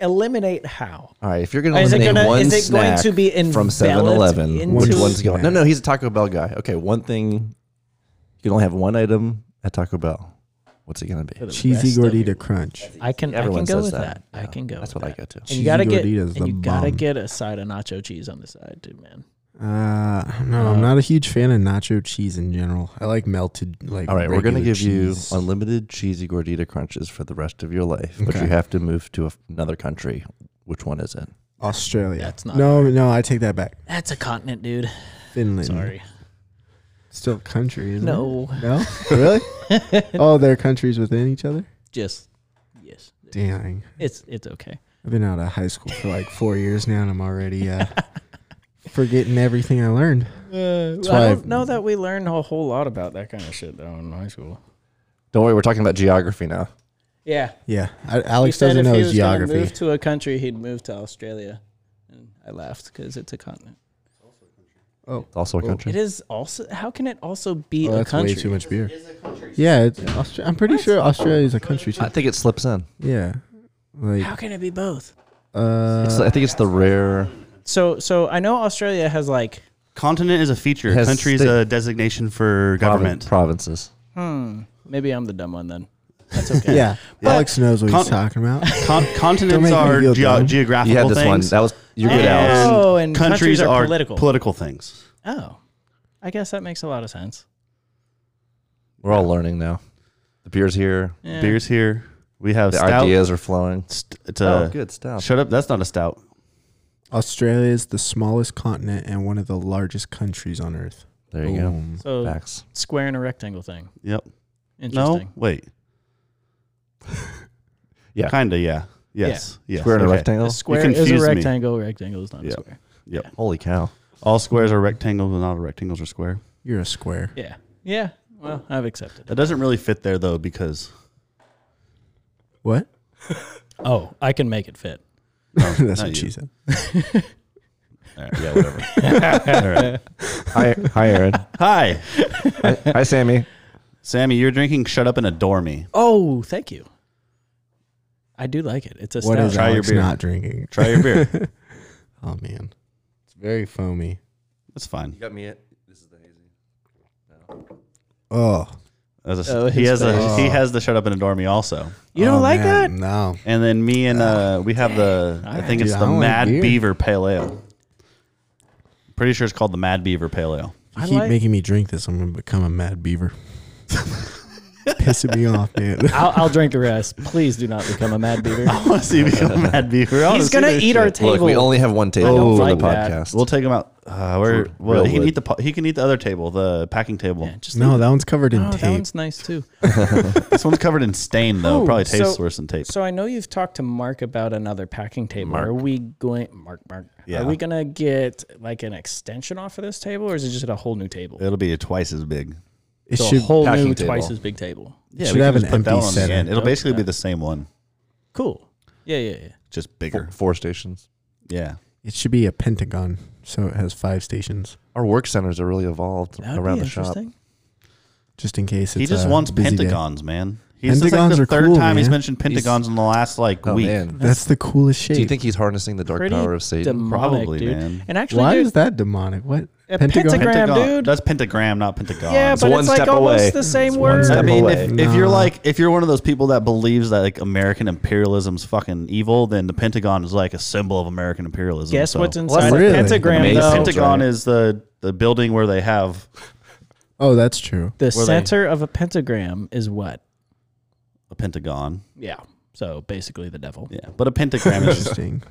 [SPEAKER 5] eliminate how?
[SPEAKER 4] All right, if you're going to
[SPEAKER 5] Is it
[SPEAKER 4] eliminate
[SPEAKER 5] gonna-
[SPEAKER 4] one
[SPEAKER 5] is it going
[SPEAKER 4] snack
[SPEAKER 5] to be
[SPEAKER 4] from
[SPEAKER 5] enveloped
[SPEAKER 4] 7-Eleven, which
[SPEAKER 3] into-
[SPEAKER 4] one's going? No, no, he's a Taco Bell guy. Okay, one thing. You can only have one item at Taco Bell. What's it going to
[SPEAKER 5] For
[SPEAKER 4] be?
[SPEAKER 5] the
[SPEAKER 3] Cheesy
[SPEAKER 5] rest of
[SPEAKER 3] gordita
[SPEAKER 5] your-
[SPEAKER 3] crunch.
[SPEAKER 5] I can.
[SPEAKER 4] Everyone
[SPEAKER 5] I can go
[SPEAKER 4] says that.
[SPEAKER 5] with that. I
[SPEAKER 4] Yeah,
[SPEAKER 5] can go.
[SPEAKER 4] That's
[SPEAKER 5] with
[SPEAKER 4] what I
[SPEAKER 5] that.
[SPEAKER 4] go to.
[SPEAKER 5] And you gotta
[SPEAKER 3] Cheesy
[SPEAKER 5] get.
[SPEAKER 3] gordita's
[SPEAKER 5] And
[SPEAKER 3] the
[SPEAKER 5] you gotta
[SPEAKER 3] bomb.
[SPEAKER 5] get a side of nacho cheese on the side, dude, man.
[SPEAKER 3] Uh, no, I'm
[SPEAKER 5] Uh,
[SPEAKER 3] not a huge fan of nacho cheese in general. I like melted. Like,
[SPEAKER 4] All right, we're going to
[SPEAKER 3] regular
[SPEAKER 4] give
[SPEAKER 3] cheese.
[SPEAKER 4] you unlimited cheesy gordita crunches for the rest of your life, but
[SPEAKER 3] Okay.
[SPEAKER 4] you have to move to a, another country. Which one is it?
[SPEAKER 3] Australia.
[SPEAKER 5] That's not
[SPEAKER 3] No, no, I take that back.
[SPEAKER 5] That's a continent, dude.
[SPEAKER 3] Finland.
[SPEAKER 5] Sorry.
[SPEAKER 3] Still country, isn't
[SPEAKER 5] No.
[SPEAKER 3] it? No. really? oh, they're countries within each other.
[SPEAKER 5] Just yes.
[SPEAKER 3] Dang.
[SPEAKER 5] It's it's okay.
[SPEAKER 3] I've been out of high school for like four years now, and I'm already uh, forgetting everything I learned. That's why
[SPEAKER 5] Uh, I
[SPEAKER 3] I've-
[SPEAKER 5] don't know that we learned a whole lot about that kind of shit though in high school.
[SPEAKER 4] Don't worry, we're talking about geography now.
[SPEAKER 5] Yeah.
[SPEAKER 3] Yeah, I,
[SPEAKER 5] He
[SPEAKER 3] Alex
[SPEAKER 5] said
[SPEAKER 3] doesn't
[SPEAKER 5] if
[SPEAKER 3] know
[SPEAKER 5] he
[SPEAKER 3] his
[SPEAKER 5] was gonna
[SPEAKER 3] geography.
[SPEAKER 5] Move to a country, he'd move to Australia, and I laughed because it's a continent.
[SPEAKER 3] Oh,
[SPEAKER 4] It's also a
[SPEAKER 3] Oh.
[SPEAKER 4] country.
[SPEAKER 5] It is also. How can it also be
[SPEAKER 3] oh,
[SPEAKER 5] a
[SPEAKER 3] that's
[SPEAKER 5] country?
[SPEAKER 3] way too much beer. Yeah, it's Austra- I'm pretty sure Australia is a country too.
[SPEAKER 4] I think it slips in.
[SPEAKER 3] Yeah, like
[SPEAKER 5] How can it be both?
[SPEAKER 3] uh,
[SPEAKER 4] It's, I think it's the rare.
[SPEAKER 5] So so I know Australia has like
[SPEAKER 2] Continent is a feature.
[SPEAKER 4] Has
[SPEAKER 2] Country is
[SPEAKER 4] state-
[SPEAKER 2] a designation for government.
[SPEAKER 4] Provin- provinces.
[SPEAKER 5] hmm. Maybe I'm the dumb one then. That's okay.
[SPEAKER 3] yeah. Alex knows what he's
[SPEAKER 2] Con-
[SPEAKER 3] talking about.
[SPEAKER 2] Con-
[SPEAKER 3] Don't make
[SPEAKER 2] continents
[SPEAKER 3] me
[SPEAKER 2] are
[SPEAKER 3] feel
[SPEAKER 2] geo-
[SPEAKER 3] dumb.
[SPEAKER 2] geographical
[SPEAKER 4] You had this one.
[SPEAKER 2] things.
[SPEAKER 4] That was you're good,
[SPEAKER 5] And-
[SPEAKER 4] Alex.
[SPEAKER 5] Oh, and countries are political.
[SPEAKER 2] things.
[SPEAKER 5] Oh, I guess that makes a lot of sense.
[SPEAKER 4] We're all learning now. The beer's here.
[SPEAKER 5] Yeah.
[SPEAKER 2] Beers here. We have
[SPEAKER 4] The
[SPEAKER 2] stout.
[SPEAKER 4] ideas are flowing.
[SPEAKER 2] St- it's a,
[SPEAKER 4] oh, good stuff.
[SPEAKER 2] Shut up. That's not a stout.
[SPEAKER 3] Australia is the smallest continent and one of the largest countries on Earth.
[SPEAKER 4] There you
[SPEAKER 3] Boom.
[SPEAKER 5] So
[SPEAKER 4] go. Facts.
[SPEAKER 5] square and a rectangle thing.
[SPEAKER 2] Yep. No.
[SPEAKER 5] Interesting.
[SPEAKER 2] Wait.
[SPEAKER 4] Yeah.
[SPEAKER 2] Kinda. Yeah. Yes. Yes.
[SPEAKER 4] Square and a
[SPEAKER 2] Okay.
[SPEAKER 5] A
[SPEAKER 4] rectangle.
[SPEAKER 5] square is a
[SPEAKER 2] confused me.
[SPEAKER 5] rectangle. Rectangle is not
[SPEAKER 2] Yeah.
[SPEAKER 5] a square.
[SPEAKER 4] Holy cow!
[SPEAKER 2] All squares are rectangles, and all rectangles are square.
[SPEAKER 3] You're a square.
[SPEAKER 5] Yeah. Yeah. Well, I've accepted.
[SPEAKER 2] That doesn't really fit there though, because
[SPEAKER 3] What?
[SPEAKER 5] Oh, I can make it fit.
[SPEAKER 3] That's
[SPEAKER 2] not
[SPEAKER 3] what
[SPEAKER 2] you.
[SPEAKER 3] she said.
[SPEAKER 2] All right, yeah, whatever. All right.
[SPEAKER 4] Hi, hi, Aaron.
[SPEAKER 2] Hi,
[SPEAKER 4] hi, hi, Sammy.
[SPEAKER 2] Sammy. You're drinking. Shut up and adore me.
[SPEAKER 5] Oh, thank you. I do like it. It's a
[SPEAKER 3] What
[SPEAKER 5] stout.
[SPEAKER 3] is
[SPEAKER 2] Try your
[SPEAKER 3] Alex
[SPEAKER 2] beer.
[SPEAKER 3] not drinking?
[SPEAKER 2] Try your beer.
[SPEAKER 3] Oh man, it's very foamy.
[SPEAKER 2] That's fine.
[SPEAKER 4] got me. This is the
[SPEAKER 3] Oh,
[SPEAKER 2] As a-
[SPEAKER 5] Oh,
[SPEAKER 2] he has
[SPEAKER 5] his
[SPEAKER 2] a,
[SPEAKER 3] face.
[SPEAKER 2] he has the shut up and adore me also.
[SPEAKER 5] you don't
[SPEAKER 3] Oh,
[SPEAKER 5] like
[SPEAKER 3] man, No.
[SPEAKER 2] And then me and
[SPEAKER 5] Ah,
[SPEAKER 2] uh, we have the I think it's
[SPEAKER 3] Dude, I
[SPEAKER 2] the
[SPEAKER 3] don't like
[SPEAKER 2] Mad
[SPEAKER 3] beer.
[SPEAKER 2] Beaver Pale Ale. Pretty sure it's called the Mad Beaver Pale Ale.
[SPEAKER 3] You
[SPEAKER 5] I
[SPEAKER 3] keep
[SPEAKER 5] like-
[SPEAKER 3] making me drink this. I'm gonna become a mad beaver. Pissing me off, man.
[SPEAKER 5] that? I'll, I'll drink the rest. Please do not become a mad beaver.
[SPEAKER 2] I want to see you become a Mad Beaver. I wanna
[SPEAKER 5] Oh, He's
[SPEAKER 2] see
[SPEAKER 5] gonna
[SPEAKER 2] this
[SPEAKER 5] eat
[SPEAKER 2] shit.
[SPEAKER 5] our table.
[SPEAKER 4] Look, we only have one table
[SPEAKER 5] don't
[SPEAKER 4] for
[SPEAKER 5] like
[SPEAKER 4] the
[SPEAKER 5] that.
[SPEAKER 4] podcast.
[SPEAKER 2] We'll take him out. Uh, we're, well, he can
[SPEAKER 4] wood.
[SPEAKER 2] eat the po- he can eat the other table, the packing table.
[SPEAKER 5] Yeah, just
[SPEAKER 3] No,
[SPEAKER 5] leave it.
[SPEAKER 3] that one's covered in
[SPEAKER 5] Oh, that
[SPEAKER 3] tape.
[SPEAKER 5] one's nice too.
[SPEAKER 2] This one's covered in stain though.
[SPEAKER 5] Oh,
[SPEAKER 2] Probably tastes
[SPEAKER 5] so-
[SPEAKER 2] worse than tape.
[SPEAKER 5] So I know you've talked to Mark about another packing table. Are we going Mark Mark?
[SPEAKER 2] Yeah.
[SPEAKER 5] Are we gonna get like an extension off of this table, or is it just a whole new table?
[SPEAKER 2] It'll be twice as big.
[SPEAKER 3] It
[SPEAKER 5] So a
[SPEAKER 3] should.
[SPEAKER 5] whole
[SPEAKER 4] packing
[SPEAKER 5] new
[SPEAKER 4] table.
[SPEAKER 5] twice as big table.
[SPEAKER 2] Yeah,
[SPEAKER 3] Should
[SPEAKER 2] we can
[SPEAKER 3] have
[SPEAKER 2] just
[SPEAKER 3] an
[SPEAKER 2] put that
[SPEAKER 3] MP
[SPEAKER 2] one on the
[SPEAKER 3] seven.
[SPEAKER 2] end. It'll
[SPEAKER 5] Okay.
[SPEAKER 2] basically be the same one,
[SPEAKER 5] Cool. Yeah, yeah, yeah.
[SPEAKER 2] just
[SPEAKER 4] Four,
[SPEAKER 2] bigger.
[SPEAKER 4] four stations.
[SPEAKER 2] Yeah.
[SPEAKER 3] It should be a pentagon, so it has five stations,
[SPEAKER 4] Our work centers are really evolved
[SPEAKER 5] That would
[SPEAKER 4] around
[SPEAKER 5] be
[SPEAKER 4] the shop.
[SPEAKER 5] interesting.
[SPEAKER 3] just in case. It's
[SPEAKER 2] he just
[SPEAKER 3] a
[SPEAKER 2] wants
[SPEAKER 3] busy day.
[SPEAKER 2] pentagons, man. He's this is like
[SPEAKER 3] Pentagons
[SPEAKER 2] the
[SPEAKER 3] are
[SPEAKER 2] third
[SPEAKER 3] cool,
[SPEAKER 2] time he's
[SPEAKER 3] man.
[SPEAKER 2] mentioned pentagons in the last like
[SPEAKER 4] Oh
[SPEAKER 2] week.
[SPEAKER 4] man,
[SPEAKER 3] That's the coolest shape.
[SPEAKER 4] do you think he's harnessing the dark
[SPEAKER 5] Pretty
[SPEAKER 4] power of Satan?
[SPEAKER 5] demonic,
[SPEAKER 2] Probably,
[SPEAKER 5] dude.
[SPEAKER 2] man.
[SPEAKER 5] And actually,
[SPEAKER 3] Why
[SPEAKER 5] dude,
[SPEAKER 3] is that demonic? What
[SPEAKER 5] A pentagram-
[SPEAKER 2] Pentagon.
[SPEAKER 5] dude.
[SPEAKER 2] That's pentagram, not pentagon.
[SPEAKER 5] yeah,
[SPEAKER 4] a
[SPEAKER 5] but
[SPEAKER 4] one
[SPEAKER 5] it's like
[SPEAKER 4] step
[SPEAKER 5] almost
[SPEAKER 4] away.
[SPEAKER 5] the same
[SPEAKER 4] It's one
[SPEAKER 5] word.
[SPEAKER 4] step
[SPEAKER 2] I mean, if,
[SPEAKER 4] away.
[SPEAKER 2] if you're
[SPEAKER 3] Nah.
[SPEAKER 2] like if you're one of those people that believes that like American imperialism's fucking evil, then the Pentagon is like a symbol of American imperialism.
[SPEAKER 5] Guess
[SPEAKER 2] so.
[SPEAKER 5] what's inside
[SPEAKER 3] like
[SPEAKER 5] a
[SPEAKER 3] really
[SPEAKER 5] pentagram,
[SPEAKER 4] amazing.
[SPEAKER 2] The
[SPEAKER 5] though?
[SPEAKER 4] Pentagon-
[SPEAKER 2] Pentagon is the the building where they have
[SPEAKER 3] Oh, that's true.
[SPEAKER 5] The
[SPEAKER 2] Were they-
[SPEAKER 5] center of a pentagram is what?
[SPEAKER 2] a pentagon.
[SPEAKER 5] Yeah. So basically, the devil.
[SPEAKER 2] Yeah, but a pentagram is just.
[SPEAKER 3] Interesting.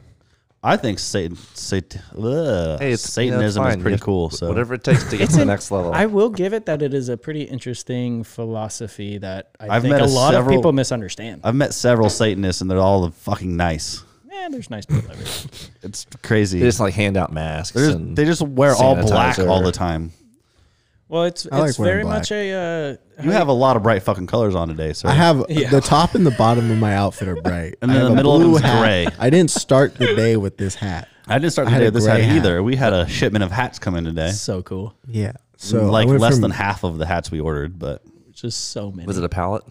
[SPEAKER 2] I think Satan, Satan ugh,
[SPEAKER 4] Hey, it's- yeah, it's
[SPEAKER 2] Satanism is
[SPEAKER 4] fine.
[SPEAKER 2] pretty
[SPEAKER 4] You-
[SPEAKER 2] cool. So
[SPEAKER 4] Whatever it takes to get
[SPEAKER 5] It's
[SPEAKER 4] to the
[SPEAKER 5] an-
[SPEAKER 4] next level.
[SPEAKER 5] I will give it that it is a pretty interesting philosophy that I
[SPEAKER 2] I've
[SPEAKER 5] think
[SPEAKER 2] met a
[SPEAKER 5] a lot of
[SPEAKER 2] several-
[SPEAKER 5] people misunderstand.
[SPEAKER 2] I've met several Satanists and they're all fucking nice.
[SPEAKER 5] Man, there's nice people everywhere.
[SPEAKER 2] It's crazy.
[SPEAKER 4] they just like hand out masks.
[SPEAKER 2] They're just-
[SPEAKER 4] and
[SPEAKER 2] they just wear all black
[SPEAKER 4] sanitizer.
[SPEAKER 2] all the time.
[SPEAKER 5] Well, it's
[SPEAKER 3] I
[SPEAKER 5] it's
[SPEAKER 3] like
[SPEAKER 5] very
[SPEAKER 3] wearing black.
[SPEAKER 5] much a. Uh,
[SPEAKER 2] You have a lot of bright fucking colors on today, sir.
[SPEAKER 3] I have
[SPEAKER 5] Yeah.
[SPEAKER 3] the top and the bottom of my outfit are bright,
[SPEAKER 2] And
[SPEAKER 3] I
[SPEAKER 2] then
[SPEAKER 3] have
[SPEAKER 2] the
[SPEAKER 3] a
[SPEAKER 2] middle of
[SPEAKER 3] blue
[SPEAKER 2] them's
[SPEAKER 3] hat.
[SPEAKER 2] gray.
[SPEAKER 3] I didn't start the day with this hat.
[SPEAKER 2] I didn't start
[SPEAKER 3] I
[SPEAKER 2] the
[SPEAKER 3] had
[SPEAKER 2] day
[SPEAKER 3] a
[SPEAKER 2] with this hat
[SPEAKER 3] gray hat.
[SPEAKER 2] either. We had a shipment of hats come in today.
[SPEAKER 5] so cool.
[SPEAKER 3] Yeah. So I
[SPEAKER 2] like
[SPEAKER 3] went
[SPEAKER 2] less
[SPEAKER 3] from-
[SPEAKER 2] than half of the hats we ordered, but
[SPEAKER 5] Just so many.
[SPEAKER 4] was it a pallet?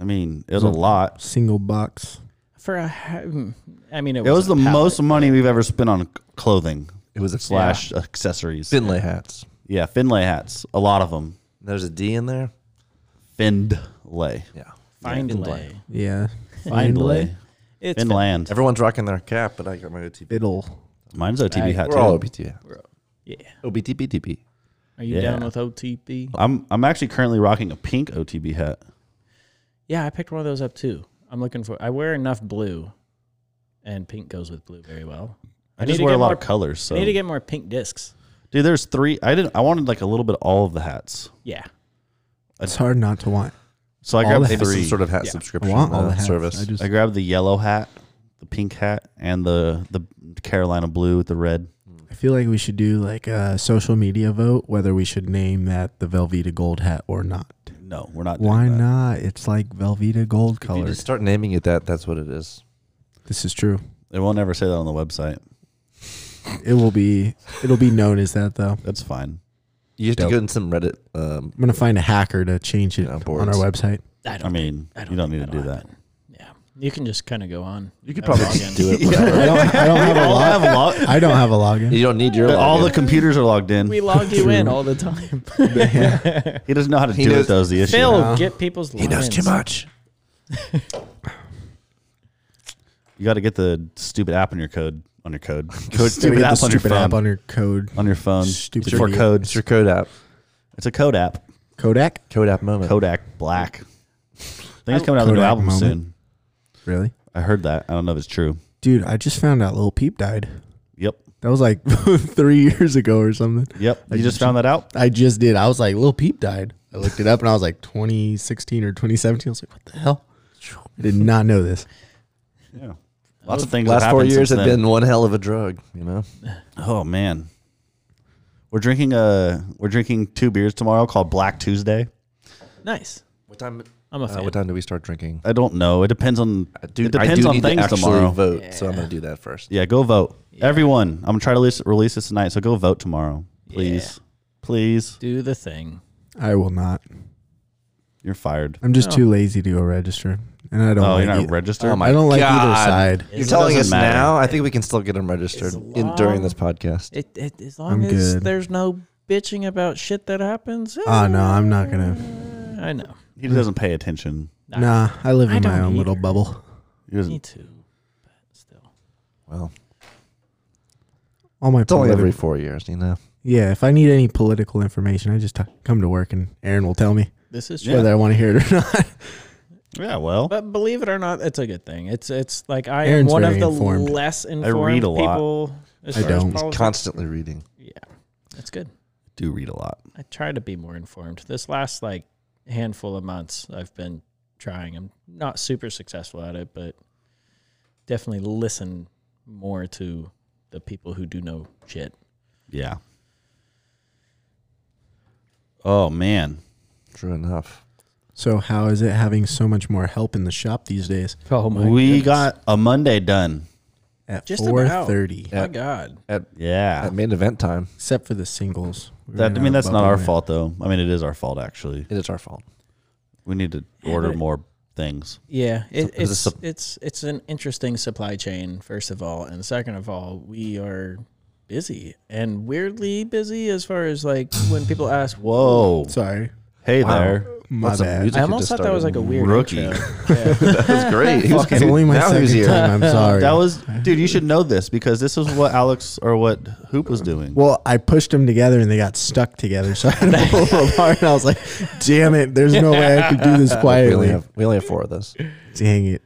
[SPEAKER 2] I mean, it was a lot.
[SPEAKER 3] single box.
[SPEAKER 5] for a? ha- hmm, I mean, it,
[SPEAKER 2] It was the
[SPEAKER 5] wasn't a pallet.
[SPEAKER 2] most money we've ever spent on clothing
[SPEAKER 4] It was a slash
[SPEAKER 2] slash accessories.
[SPEAKER 4] Finlay hats.
[SPEAKER 2] yeah, Finlay hats, a lot of them.
[SPEAKER 4] There's a D in there.
[SPEAKER 2] Finlay,
[SPEAKER 4] Yeah.
[SPEAKER 5] Find
[SPEAKER 4] Finlay.
[SPEAKER 5] lay.
[SPEAKER 3] Yeah.
[SPEAKER 2] Finlay,
[SPEAKER 5] It's
[SPEAKER 2] Finland.
[SPEAKER 4] Everyone's rocking their cap, but I got my OTP.
[SPEAKER 3] Fiddle.
[SPEAKER 2] Mine's OTB hat
[SPEAKER 4] We're all
[SPEAKER 2] too.
[SPEAKER 4] OBT.
[SPEAKER 5] yeah.
[SPEAKER 4] OBTBTP.
[SPEAKER 5] Are you
[SPEAKER 2] Yeah.
[SPEAKER 5] down with OTB?
[SPEAKER 2] I'm I'm actually currently rocking a pink OTB hat.
[SPEAKER 5] Yeah, I picked one of those up too. I'm looking for. I wear enough blue, and pink goes with blue very well.
[SPEAKER 2] I,
[SPEAKER 5] need
[SPEAKER 2] just
[SPEAKER 5] to
[SPEAKER 2] wear a
[SPEAKER 5] get
[SPEAKER 2] lot
[SPEAKER 5] more-
[SPEAKER 2] of colors. So
[SPEAKER 5] I need to get more pink discs.
[SPEAKER 2] dude, there's three. I didn't. I wanted like a little bit of all of the hats,
[SPEAKER 5] Yeah,
[SPEAKER 3] It's hard not to want.
[SPEAKER 2] so I
[SPEAKER 3] All
[SPEAKER 2] grabbed
[SPEAKER 3] the hats.
[SPEAKER 4] Maybe
[SPEAKER 2] three.
[SPEAKER 4] some sort of hat
[SPEAKER 5] Yeah.
[SPEAKER 3] I
[SPEAKER 4] subscription
[SPEAKER 3] want all
[SPEAKER 4] uh,
[SPEAKER 3] the hats.
[SPEAKER 4] service.
[SPEAKER 3] I just
[SPEAKER 2] I grabbed the yellow hat, the pink hat, and the the Carolina blue with the red.
[SPEAKER 3] I feel like we should do like a social media vote whether we should name that the Velveeta Gold hat or not.
[SPEAKER 2] No, we're not. doing
[SPEAKER 3] Why
[SPEAKER 2] that.
[SPEAKER 3] not? It's like Velveeta Gold
[SPEAKER 4] if you
[SPEAKER 3] color.
[SPEAKER 4] just start naming it that, that's what it is.
[SPEAKER 3] This is true.
[SPEAKER 2] It won't ever say that on the website.
[SPEAKER 3] It will be. It'll be known as that though.
[SPEAKER 2] That's fine.
[SPEAKER 4] You have to
[SPEAKER 3] Dope.
[SPEAKER 4] go in some Reddit. Um,
[SPEAKER 3] I'm gonna find a hacker to change it
[SPEAKER 4] Yeah,
[SPEAKER 3] on
[SPEAKER 4] boards.
[SPEAKER 3] our website.
[SPEAKER 5] I
[SPEAKER 2] I
[SPEAKER 5] don't.
[SPEAKER 2] mean,
[SPEAKER 5] I don't
[SPEAKER 2] you don't
[SPEAKER 5] think
[SPEAKER 2] need to do
[SPEAKER 5] that'll
[SPEAKER 2] that.
[SPEAKER 5] yeah, you can just kind of go on.
[SPEAKER 4] you could probably
[SPEAKER 5] log
[SPEAKER 4] just
[SPEAKER 5] in.
[SPEAKER 4] do it.
[SPEAKER 3] I
[SPEAKER 4] whatever.
[SPEAKER 3] don't. I don't have a log. I don't have a login.
[SPEAKER 4] you don't need your.
[SPEAKER 2] All the
[SPEAKER 4] login.
[SPEAKER 2] computers are logged in.
[SPEAKER 5] We log you in all the time.
[SPEAKER 2] he doesn't know how to
[SPEAKER 4] He
[SPEAKER 2] do
[SPEAKER 4] knows-
[SPEAKER 2] it. Though is the issue.
[SPEAKER 5] Phil, get people's.
[SPEAKER 4] He knows too
[SPEAKER 5] lines.
[SPEAKER 4] much.
[SPEAKER 2] You got to get the stupid app on your code. On your code. code
[SPEAKER 3] Stupid, the stupid app on your code.
[SPEAKER 2] on your phone.
[SPEAKER 3] Stupid
[SPEAKER 2] It's for
[SPEAKER 3] idiot.
[SPEAKER 2] code.
[SPEAKER 4] It's your code app.
[SPEAKER 2] It's a code app.
[SPEAKER 3] Kodak.
[SPEAKER 4] Code app moment.
[SPEAKER 2] Kodak Black. I think it's coming out with a new
[SPEAKER 3] Kodak
[SPEAKER 2] album
[SPEAKER 3] moment.
[SPEAKER 2] soon.
[SPEAKER 3] Really,
[SPEAKER 2] I heard that. I don't know if it's true.
[SPEAKER 3] dude? I just found out Lil Peep died.
[SPEAKER 2] Yep.
[SPEAKER 3] That was like three years ago or something.
[SPEAKER 2] Yep.
[SPEAKER 3] I
[SPEAKER 2] you just
[SPEAKER 3] did-
[SPEAKER 2] found that out?
[SPEAKER 3] I just did. I was like, Lil Peep died. I looked it up and I was like 2016 or 2017. I was like, what the hell? I did not know this.
[SPEAKER 2] Yeah. Lots of things.
[SPEAKER 4] Last
[SPEAKER 2] have
[SPEAKER 4] four
[SPEAKER 2] happened
[SPEAKER 4] years
[SPEAKER 2] since
[SPEAKER 4] have
[SPEAKER 2] then.
[SPEAKER 4] been one hell of a drug. You know.
[SPEAKER 2] Oh man. We're drinking uh we're drinking two beers tomorrow called Black Tuesday.
[SPEAKER 5] Nice.
[SPEAKER 4] What time?
[SPEAKER 5] I'm a
[SPEAKER 4] Uh,
[SPEAKER 5] fan.
[SPEAKER 4] what time do we start drinking?
[SPEAKER 2] I don't know. It depends on
[SPEAKER 4] I do,
[SPEAKER 2] it depends
[SPEAKER 4] I do
[SPEAKER 2] on
[SPEAKER 4] need
[SPEAKER 2] things
[SPEAKER 4] to actually
[SPEAKER 2] tomorrow.
[SPEAKER 4] vote, so I'm going to do that first.
[SPEAKER 2] Yeah, go vote. Everyone, I'm gonna try to release, release this tonight, so go vote tomorrow. Please. Please.
[SPEAKER 5] Do the thing.
[SPEAKER 3] I will not.
[SPEAKER 2] You're fired.
[SPEAKER 3] I'm just
[SPEAKER 5] Oh.
[SPEAKER 3] too lazy to go register. And I don't
[SPEAKER 2] oh,
[SPEAKER 3] like
[SPEAKER 2] you're not
[SPEAKER 3] it.
[SPEAKER 2] registered?
[SPEAKER 4] Oh, my
[SPEAKER 3] I don't like either
[SPEAKER 4] God.
[SPEAKER 3] side.
[SPEAKER 4] You're
[SPEAKER 5] It
[SPEAKER 4] telling
[SPEAKER 2] doesn't
[SPEAKER 4] us
[SPEAKER 2] matter.
[SPEAKER 4] now? I think we can still get them registered in, during this podcast.
[SPEAKER 5] It, it as long
[SPEAKER 3] I'm
[SPEAKER 5] as
[SPEAKER 3] good.
[SPEAKER 5] there's no bitching about shit that happens.
[SPEAKER 4] Ah,
[SPEAKER 3] Oh, no, I'm not going
[SPEAKER 5] eh, I know.
[SPEAKER 2] he doesn't pay attention.
[SPEAKER 5] I-
[SPEAKER 3] to. Nah, I live
[SPEAKER 5] I
[SPEAKER 3] in my
[SPEAKER 5] don't
[SPEAKER 3] own little
[SPEAKER 5] either.
[SPEAKER 3] bubble.
[SPEAKER 2] He
[SPEAKER 5] Me
[SPEAKER 2] doesn't
[SPEAKER 5] too. But still.
[SPEAKER 4] Well,
[SPEAKER 3] All my
[SPEAKER 4] it's only
[SPEAKER 3] politi-
[SPEAKER 4] every four years, you know.
[SPEAKER 3] Yeah, if I need any political information, I just t- come to work and Aaron will tell me
[SPEAKER 5] This is true.
[SPEAKER 2] Yeah.
[SPEAKER 3] whether I want to hear it or not.
[SPEAKER 2] Yeah, well.
[SPEAKER 5] But believe it or not, it's a good thing. It's it's like I am
[SPEAKER 3] Aaron's
[SPEAKER 5] one of
[SPEAKER 3] very
[SPEAKER 5] the
[SPEAKER 3] informed.
[SPEAKER 5] less
[SPEAKER 2] read
[SPEAKER 5] informed
[SPEAKER 2] a lot.
[SPEAKER 5] people. as
[SPEAKER 3] I
[SPEAKER 5] far as
[SPEAKER 3] don't.
[SPEAKER 5] politics.
[SPEAKER 4] Constantly reading.
[SPEAKER 5] yeah, that's good.
[SPEAKER 2] do read a lot.
[SPEAKER 5] I try to be more informed. This last like handful of months, I've been trying. I'm not super successful at it, but definitely listen more to the people who do know shit.
[SPEAKER 2] Yeah. Oh man.
[SPEAKER 4] Oh,
[SPEAKER 2] Oh,
[SPEAKER 4] True enough.
[SPEAKER 3] So how is it having so much more help in the shop these days?
[SPEAKER 5] Oh my
[SPEAKER 2] we
[SPEAKER 5] goodness.
[SPEAKER 2] got a Monday done.
[SPEAKER 3] At
[SPEAKER 5] Just
[SPEAKER 3] four
[SPEAKER 5] about.
[SPEAKER 3] thirty,
[SPEAKER 5] My God.
[SPEAKER 4] at
[SPEAKER 2] Yeah.
[SPEAKER 4] at main event time.
[SPEAKER 3] except for the singles. We ran
[SPEAKER 2] That, I
[SPEAKER 3] out of
[SPEAKER 2] mean, that's not
[SPEAKER 3] bubble
[SPEAKER 2] our
[SPEAKER 3] wrap.
[SPEAKER 2] fault, though. I mean, it is our fault, actually.
[SPEAKER 4] It is our fault.
[SPEAKER 2] We need to order
[SPEAKER 5] but-
[SPEAKER 2] more things.
[SPEAKER 5] Yeah, it,
[SPEAKER 4] it was a
[SPEAKER 5] it's
[SPEAKER 4] sup-
[SPEAKER 5] it's it's an interesting supply chain. First of all, and second of all, we are busy and weirdly busy as far as like when people ask.
[SPEAKER 2] Whoa.
[SPEAKER 3] Sorry,
[SPEAKER 2] Hey
[SPEAKER 4] Wow.
[SPEAKER 2] there.
[SPEAKER 3] my
[SPEAKER 4] Lots of
[SPEAKER 3] bad.
[SPEAKER 4] music
[SPEAKER 5] I
[SPEAKER 4] you
[SPEAKER 5] almost
[SPEAKER 4] just
[SPEAKER 5] thought that was like
[SPEAKER 4] started.
[SPEAKER 5] a weird
[SPEAKER 2] Rookie.
[SPEAKER 5] intro. Yeah.
[SPEAKER 4] that was great. He was-
[SPEAKER 3] Fuck, it's only my
[SPEAKER 4] now he's
[SPEAKER 3] second
[SPEAKER 4] here.
[SPEAKER 3] time. I'm sorry.
[SPEAKER 2] That was, dude, you should know this because this is what Alex or what Hoop was doing.
[SPEAKER 3] well, I pushed them together and they got stuck together, so I had to pull them apart. And I was like, "Damn it! There's no way I could do this
[SPEAKER 4] We only
[SPEAKER 3] quietly."
[SPEAKER 4] have we only have four of those.
[SPEAKER 3] Dang it!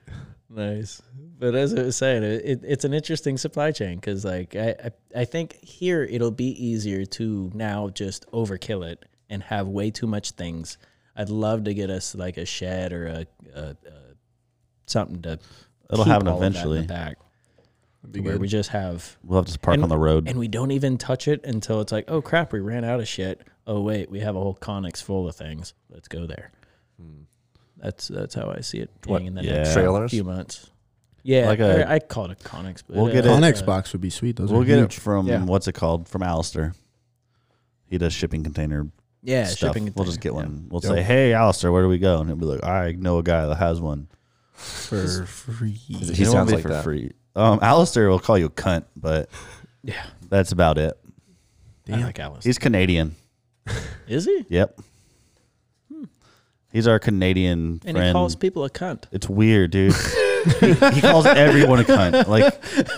[SPEAKER 5] Nice. But as I was saying, it, it, it's an interesting supply chain because, like, I, I, I think here it'll be easier to now just overkill it and have way too much things. I'd love to get us like a shed or a, a, a something to.
[SPEAKER 2] It'll
[SPEAKER 5] keep
[SPEAKER 2] happen
[SPEAKER 5] all of that in the
[SPEAKER 2] eventually.
[SPEAKER 5] back, to where we just have
[SPEAKER 2] We'll have to park
[SPEAKER 5] And-
[SPEAKER 2] on the road.
[SPEAKER 5] and we don't even touch it until it's like, oh crap, we ran out of shit. Oh wait, we have a whole Connex full of things. Let's go there. That's that's how I see it
[SPEAKER 4] What,
[SPEAKER 5] being in the
[SPEAKER 2] yeah.
[SPEAKER 5] next
[SPEAKER 4] trailers?
[SPEAKER 5] few months. Yeah,
[SPEAKER 2] Like
[SPEAKER 5] like
[SPEAKER 2] a-
[SPEAKER 5] I call it a Connex. But
[SPEAKER 2] We'll
[SPEAKER 5] uh,
[SPEAKER 2] get it-
[SPEAKER 3] On
[SPEAKER 5] uh,
[SPEAKER 3] Xbox would be sweet. Those
[SPEAKER 2] we'll
[SPEAKER 3] are
[SPEAKER 2] get
[SPEAKER 3] huge.
[SPEAKER 2] it from,
[SPEAKER 5] Yeah.
[SPEAKER 2] what's it called? From Alistair. He does shipping container
[SPEAKER 5] Yeah,
[SPEAKER 2] stuff.
[SPEAKER 5] shipping.
[SPEAKER 2] We'll just get
[SPEAKER 5] container.
[SPEAKER 2] one. We'll
[SPEAKER 3] Yep.
[SPEAKER 2] say, hey, Alistair, where do we go? And he'll be like, I know a guy that has one.
[SPEAKER 3] for free.
[SPEAKER 4] He
[SPEAKER 2] It won't
[SPEAKER 4] sounds
[SPEAKER 2] be
[SPEAKER 4] like
[SPEAKER 2] for
[SPEAKER 4] that.
[SPEAKER 2] free. Um, Alistair will call you a cunt, but
[SPEAKER 5] Yeah,
[SPEAKER 2] that's about it.
[SPEAKER 5] yeah. I like Alice.
[SPEAKER 2] He's Canadian.
[SPEAKER 5] Is he?
[SPEAKER 2] Yep. He's our Canadian
[SPEAKER 5] And
[SPEAKER 2] friend.
[SPEAKER 5] he calls people a cunt.
[SPEAKER 2] it's weird, dude. he, he calls everyone a cunt. Like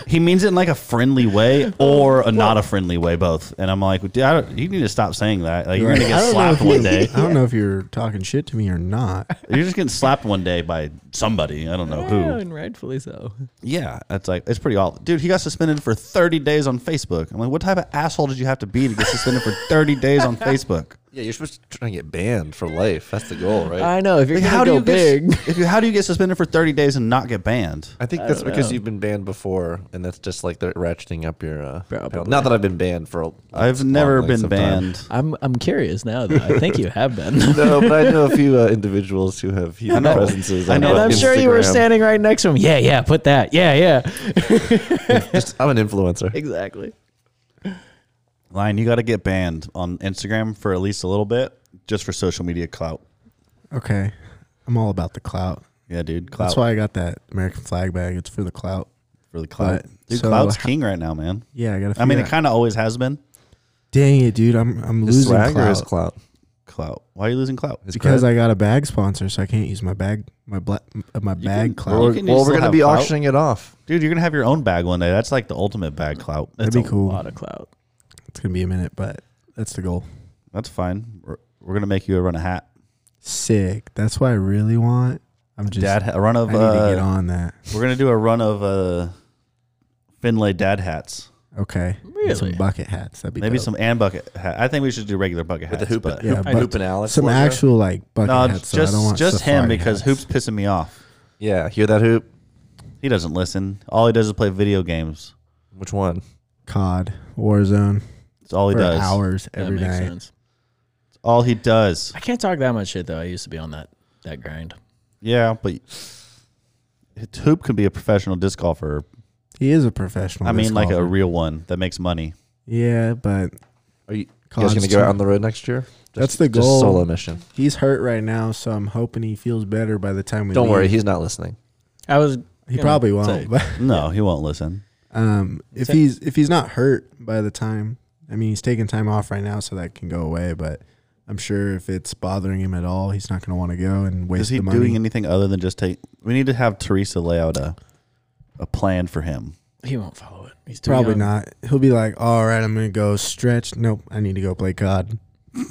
[SPEAKER 2] he means it in like a friendly way or a not a friendly way, both. And I'm like, dude, I don't, you need to stop saying that. Like you're
[SPEAKER 3] Right.
[SPEAKER 2] gonna
[SPEAKER 3] I
[SPEAKER 2] get
[SPEAKER 3] don't
[SPEAKER 2] slapped
[SPEAKER 3] know
[SPEAKER 2] one
[SPEAKER 3] if you-
[SPEAKER 2] day.
[SPEAKER 3] I don't know if you're talking shit to me or not.
[SPEAKER 2] You're just getting slapped one day by somebody. I don't know
[SPEAKER 5] Yeah,
[SPEAKER 2] who.
[SPEAKER 5] and rightfully so.
[SPEAKER 2] Yeah, it's like it's pretty all. Dude, he got suspended for 30 days on Facebook. I'm like, what type of asshole did you have to be to get suspended for 30 days on Facebook?
[SPEAKER 4] Yeah, you're supposed to try and get banned for life. That's the goal, right?
[SPEAKER 5] I know if you're
[SPEAKER 2] Like,
[SPEAKER 5] gonna
[SPEAKER 2] how do
[SPEAKER 5] go
[SPEAKER 2] you
[SPEAKER 5] big.
[SPEAKER 2] Get, if you, how do you get suspended for 30 days and not get banned?
[SPEAKER 4] I think
[SPEAKER 5] I
[SPEAKER 4] that's
[SPEAKER 5] don't
[SPEAKER 4] because
[SPEAKER 5] know.
[SPEAKER 4] you've been banned before, and that's just like they're ratcheting up your. Uh,
[SPEAKER 5] Probably.
[SPEAKER 4] penalty. Not that I've been banned for. A,
[SPEAKER 2] I've
[SPEAKER 4] long
[SPEAKER 2] never
[SPEAKER 4] lengths
[SPEAKER 2] been
[SPEAKER 4] of time.
[SPEAKER 2] banned.
[SPEAKER 5] I'm I'm curious now though. I think you have been.
[SPEAKER 4] No, but I know a few uh, individuals who have human
[SPEAKER 2] know.
[SPEAKER 4] presences.
[SPEAKER 2] I
[SPEAKER 4] on
[SPEAKER 2] know.
[SPEAKER 5] And
[SPEAKER 4] uh,
[SPEAKER 5] I'm sure you were
[SPEAKER 4] Instagram.
[SPEAKER 5] standing right next to him. Yeah, yeah, put that. Yeah, yeah.
[SPEAKER 4] Just- I'm an influencer.
[SPEAKER 5] Exactly.
[SPEAKER 2] Lion, you got to get banned on Instagram for at least a little bit, just for social media clout.
[SPEAKER 3] Okay, I'm all about the clout.
[SPEAKER 2] Yeah, dude, clout
[SPEAKER 3] That's why I got that American flag bag. It's for the clout.
[SPEAKER 2] for the clout.
[SPEAKER 3] But-
[SPEAKER 2] dude,
[SPEAKER 3] so
[SPEAKER 2] clout's
[SPEAKER 3] how-
[SPEAKER 2] king right now, man.
[SPEAKER 3] Yeah, I got.
[SPEAKER 2] I mean, it kind of always has been
[SPEAKER 3] Dang it, dude! I'm I'm
[SPEAKER 4] His
[SPEAKER 3] losing
[SPEAKER 4] swag or his
[SPEAKER 3] clout
[SPEAKER 4] clout?
[SPEAKER 2] clout. Why are you losing clout?
[SPEAKER 4] His
[SPEAKER 3] because
[SPEAKER 4] cred?
[SPEAKER 3] I got a bag sponsor, so I can't use my bag my bla- uh, my bag
[SPEAKER 2] can-
[SPEAKER 3] clout.
[SPEAKER 2] Well, you
[SPEAKER 4] well,
[SPEAKER 2] still
[SPEAKER 4] we're gonna
[SPEAKER 2] have
[SPEAKER 4] be
[SPEAKER 2] clout.
[SPEAKER 4] auctioning it off.
[SPEAKER 2] Dude, you're gonna have your own bag one day. That's like the ultimate bag clout.
[SPEAKER 3] That'd
[SPEAKER 2] That's,
[SPEAKER 3] be cool.
[SPEAKER 5] A lot of clout.
[SPEAKER 3] It's gonna be a minute, but that's the goal.
[SPEAKER 2] that's fine. We're, we're gonna make you a run a hat.
[SPEAKER 3] Sick. That's what I really want. I'm just.
[SPEAKER 2] Dad, hat- a run
[SPEAKER 3] I
[SPEAKER 2] of.
[SPEAKER 3] need
[SPEAKER 2] uh,
[SPEAKER 3] to get on that.
[SPEAKER 2] We're gonna do a run of uh, Finlay dad hats.
[SPEAKER 3] Okay. And Some
[SPEAKER 5] Really?
[SPEAKER 3] bucket hats. That'd be
[SPEAKER 2] Maybe
[SPEAKER 3] dope.
[SPEAKER 2] some and bucket. Hat. I think we should do regular bucket
[SPEAKER 4] With
[SPEAKER 2] hats.
[SPEAKER 4] the hoop
[SPEAKER 2] but
[SPEAKER 4] and,
[SPEAKER 3] Yeah,
[SPEAKER 4] hoop,
[SPEAKER 3] but-
[SPEAKER 4] hoop and Alex.
[SPEAKER 3] some
[SPEAKER 4] logo?
[SPEAKER 3] actual like bucket
[SPEAKER 2] no,
[SPEAKER 3] hats. so I don't
[SPEAKER 2] just
[SPEAKER 3] want
[SPEAKER 2] just him
[SPEAKER 3] safari
[SPEAKER 2] because
[SPEAKER 3] hats.
[SPEAKER 2] Hoop's pissing me off.
[SPEAKER 4] Yeah, hear that hoop?
[SPEAKER 2] He doesn't listen. All he does is play video games.
[SPEAKER 4] Which one?
[SPEAKER 3] COD Warzone
[SPEAKER 2] That's all he
[SPEAKER 3] for
[SPEAKER 2] does.
[SPEAKER 3] hours every
[SPEAKER 5] that makes
[SPEAKER 3] night.
[SPEAKER 5] sense.
[SPEAKER 2] It's All he does.
[SPEAKER 5] I can't talk that much shit though. I used to be on that that grind.
[SPEAKER 2] Yeah, but Hoop could be a professional disc golfer.
[SPEAKER 3] He is a professional.
[SPEAKER 2] I mean,
[SPEAKER 3] disc
[SPEAKER 2] like a
[SPEAKER 3] golfer.
[SPEAKER 2] real one that makes money.
[SPEAKER 3] yeah, but
[SPEAKER 4] Are you, you guys
[SPEAKER 3] Cons
[SPEAKER 4] gonna go
[SPEAKER 3] too.
[SPEAKER 4] out on the road next year? Just-
[SPEAKER 3] That's the
[SPEAKER 4] Just
[SPEAKER 3] goal.
[SPEAKER 4] solo mission.
[SPEAKER 3] he's hurt right now, so I'm hoping he feels better by the time we.
[SPEAKER 4] Don't worry,
[SPEAKER 3] leave.
[SPEAKER 4] he's not listening.
[SPEAKER 5] I was
[SPEAKER 3] he probably won't.
[SPEAKER 5] say-
[SPEAKER 3] but
[SPEAKER 2] No, he won't listen.
[SPEAKER 3] um, if
[SPEAKER 5] Say-
[SPEAKER 3] he's if he's not hurt by the time, I mean, he's taking time off right now, so that can go away. But I'm sure if it's bothering him at all, he's not going to want to go and waste
[SPEAKER 2] Is he
[SPEAKER 3] the money.
[SPEAKER 2] doing anything other than just take? We need to have Teresa lay out a a plan for him.
[SPEAKER 5] he won't follow it. He's too
[SPEAKER 3] Probably
[SPEAKER 5] young.
[SPEAKER 3] not. He'll be like, "All right, I'm going to go stretch." Nope, I need to go play COD.
[SPEAKER 5] Yeah,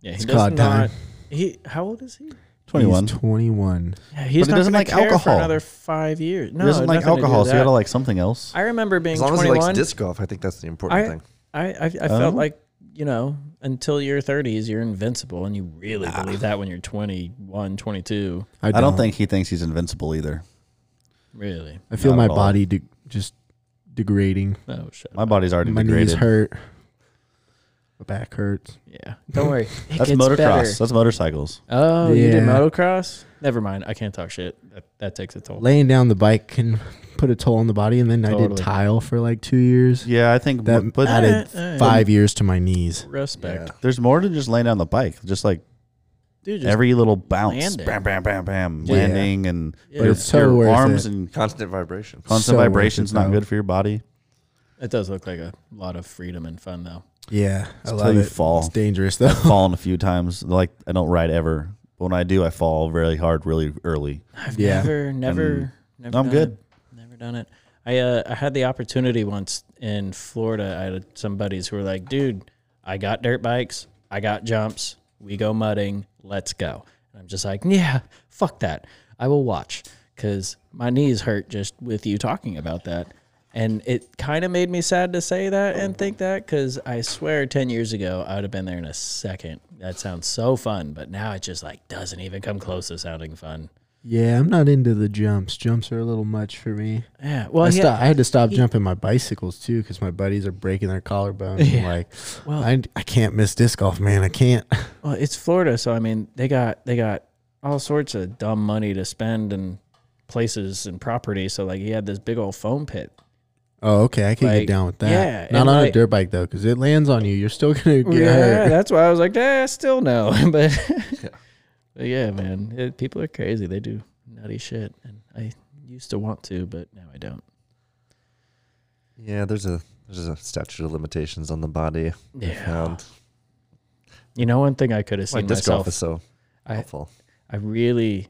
[SPEAKER 5] he
[SPEAKER 3] It's
[SPEAKER 5] does
[SPEAKER 3] COD
[SPEAKER 5] not.
[SPEAKER 3] time.
[SPEAKER 5] He how old is he?
[SPEAKER 2] Twenty one.
[SPEAKER 3] He's 21.
[SPEAKER 5] Yeah, he's
[SPEAKER 2] he
[SPEAKER 5] not
[SPEAKER 2] doesn't
[SPEAKER 5] gonna
[SPEAKER 2] like
[SPEAKER 5] care
[SPEAKER 2] alcohol.
[SPEAKER 5] for another five years. No,
[SPEAKER 2] he doesn't like
[SPEAKER 5] nothing to do
[SPEAKER 2] alcohol,
[SPEAKER 5] with
[SPEAKER 2] so you gotta
[SPEAKER 5] that.
[SPEAKER 2] like something else.
[SPEAKER 5] I remember being
[SPEAKER 4] As long as he
[SPEAKER 5] twenty one.
[SPEAKER 4] likes disc golf, I think that's the important
[SPEAKER 5] I,
[SPEAKER 4] thing.
[SPEAKER 5] I I I
[SPEAKER 2] Oh.
[SPEAKER 5] felt like you know until your thirties you're invincible and you really
[SPEAKER 2] Ah.
[SPEAKER 5] believe that when you're 21, 22.
[SPEAKER 3] I
[SPEAKER 2] I
[SPEAKER 3] don't,
[SPEAKER 2] don't think he thinks he's invincible either.
[SPEAKER 5] Really?
[SPEAKER 3] I feel
[SPEAKER 2] not
[SPEAKER 3] my
[SPEAKER 2] at all.
[SPEAKER 3] body de- just degrading.
[SPEAKER 5] Oh shit.
[SPEAKER 2] My body's already
[SPEAKER 3] My knees
[SPEAKER 2] degraded.
[SPEAKER 3] hurt. My back hurts.
[SPEAKER 5] Yeah. Don't worry. It
[SPEAKER 2] That's
[SPEAKER 5] gets
[SPEAKER 2] motocross.
[SPEAKER 5] better.
[SPEAKER 2] That's motorcycles.
[SPEAKER 5] Oh, you did
[SPEAKER 3] Yeah.
[SPEAKER 5] motocross? Never mind. I can't talk shit. That, that takes a toll.
[SPEAKER 3] Laying down the bike can put a toll on the body, and then I did
[SPEAKER 5] Totally.
[SPEAKER 3] tile for like two years.
[SPEAKER 2] Yeah, I think.
[SPEAKER 3] That
[SPEAKER 2] but
[SPEAKER 3] added
[SPEAKER 5] Eh, eh.
[SPEAKER 3] five years to my knees.
[SPEAKER 5] Respect.
[SPEAKER 2] there's more than just laying down the bike. Just like
[SPEAKER 5] Dude, just
[SPEAKER 2] every little bounce,
[SPEAKER 5] landing.
[SPEAKER 2] bam, bam, bam, bam,
[SPEAKER 3] Yeah.
[SPEAKER 2] landing, and
[SPEAKER 5] Yeah.
[SPEAKER 2] your,
[SPEAKER 5] But
[SPEAKER 3] it's so
[SPEAKER 2] your
[SPEAKER 3] worth
[SPEAKER 2] arms
[SPEAKER 3] it.
[SPEAKER 2] and
[SPEAKER 4] Constant vibration.
[SPEAKER 2] constant
[SPEAKER 3] So worth
[SPEAKER 2] vibrations
[SPEAKER 3] it,
[SPEAKER 2] not
[SPEAKER 3] though.
[SPEAKER 2] good for your body.
[SPEAKER 5] It does look like a lot of freedom and fun, though.
[SPEAKER 3] Yeah, I
[SPEAKER 2] till
[SPEAKER 3] love
[SPEAKER 2] you
[SPEAKER 3] it.
[SPEAKER 2] fall.
[SPEAKER 3] It's dangerous though.
[SPEAKER 2] Fallen a few times. Like I don't ride ever. But when I do, I fall really hard, really early.
[SPEAKER 5] I've
[SPEAKER 3] Yeah.
[SPEAKER 5] never, never, never.
[SPEAKER 2] I'm
[SPEAKER 5] done
[SPEAKER 2] good.
[SPEAKER 5] it. Never done it. I uh, I had the opportunity once in Florida. I had some buddies who were like, "Dude, I got dirt bikes. I got jumps. We go mudding. Let's go." And I'm just like, "Yeah, fuck that. I will watch because my knees hurt just with you talking about that." And it kind of made me sad to say that and think that because I swear 10 years ago, I would have been there in a second. That sounds so fun, but now it just like doesn't even come close to sounding fun.
[SPEAKER 3] Yeah, I'm not into the jumps. Jumps are a little much for me.
[SPEAKER 5] Yeah. Well,
[SPEAKER 3] I,
[SPEAKER 5] yeah.
[SPEAKER 3] sto- I had to stop
[SPEAKER 5] he-
[SPEAKER 3] jumping my bicycles too because my buddies are breaking their collarbones. I'm
[SPEAKER 5] Yeah.
[SPEAKER 3] like,
[SPEAKER 5] Well-
[SPEAKER 3] I, I can't miss disc golf, man. I can't.
[SPEAKER 5] Well, it's Florida, so I mean, they got they got all sorts of dumb money to spend and places and property. So like, he had this big old foam pit.
[SPEAKER 3] Oh, okay. I can
[SPEAKER 5] Like,
[SPEAKER 3] get down with that.
[SPEAKER 5] yeah,
[SPEAKER 3] Not
[SPEAKER 5] and
[SPEAKER 3] on a
[SPEAKER 5] like-
[SPEAKER 3] dirt bike though, because it lands on you. You're still gonna
[SPEAKER 4] Oh,
[SPEAKER 3] get
[SPEAKER 5] Yeah,
[SPEAKER 3] hurt.
[SPEAKER 5] that's why I was like, eh, still no. but but yeah, man, it, people are crazy. They do nutty shit, and I used to want to, but now I don't.
[SPEAKER 4] Yeah, there's a there's a statute of limitations on the body. I
[SPEAKER 5] Yeah.
[SPEAKER 4] found.
[SPEAKER 5] You know, one thing I could have seen
[SPEAKER 4] Um, Like disc
[SPEAKER 5] myself
[SPEAKER 4] golf is so
[SPEAKER 5] I-
[SPEAKER 4] helpful.
[SPEAKER 5] I really,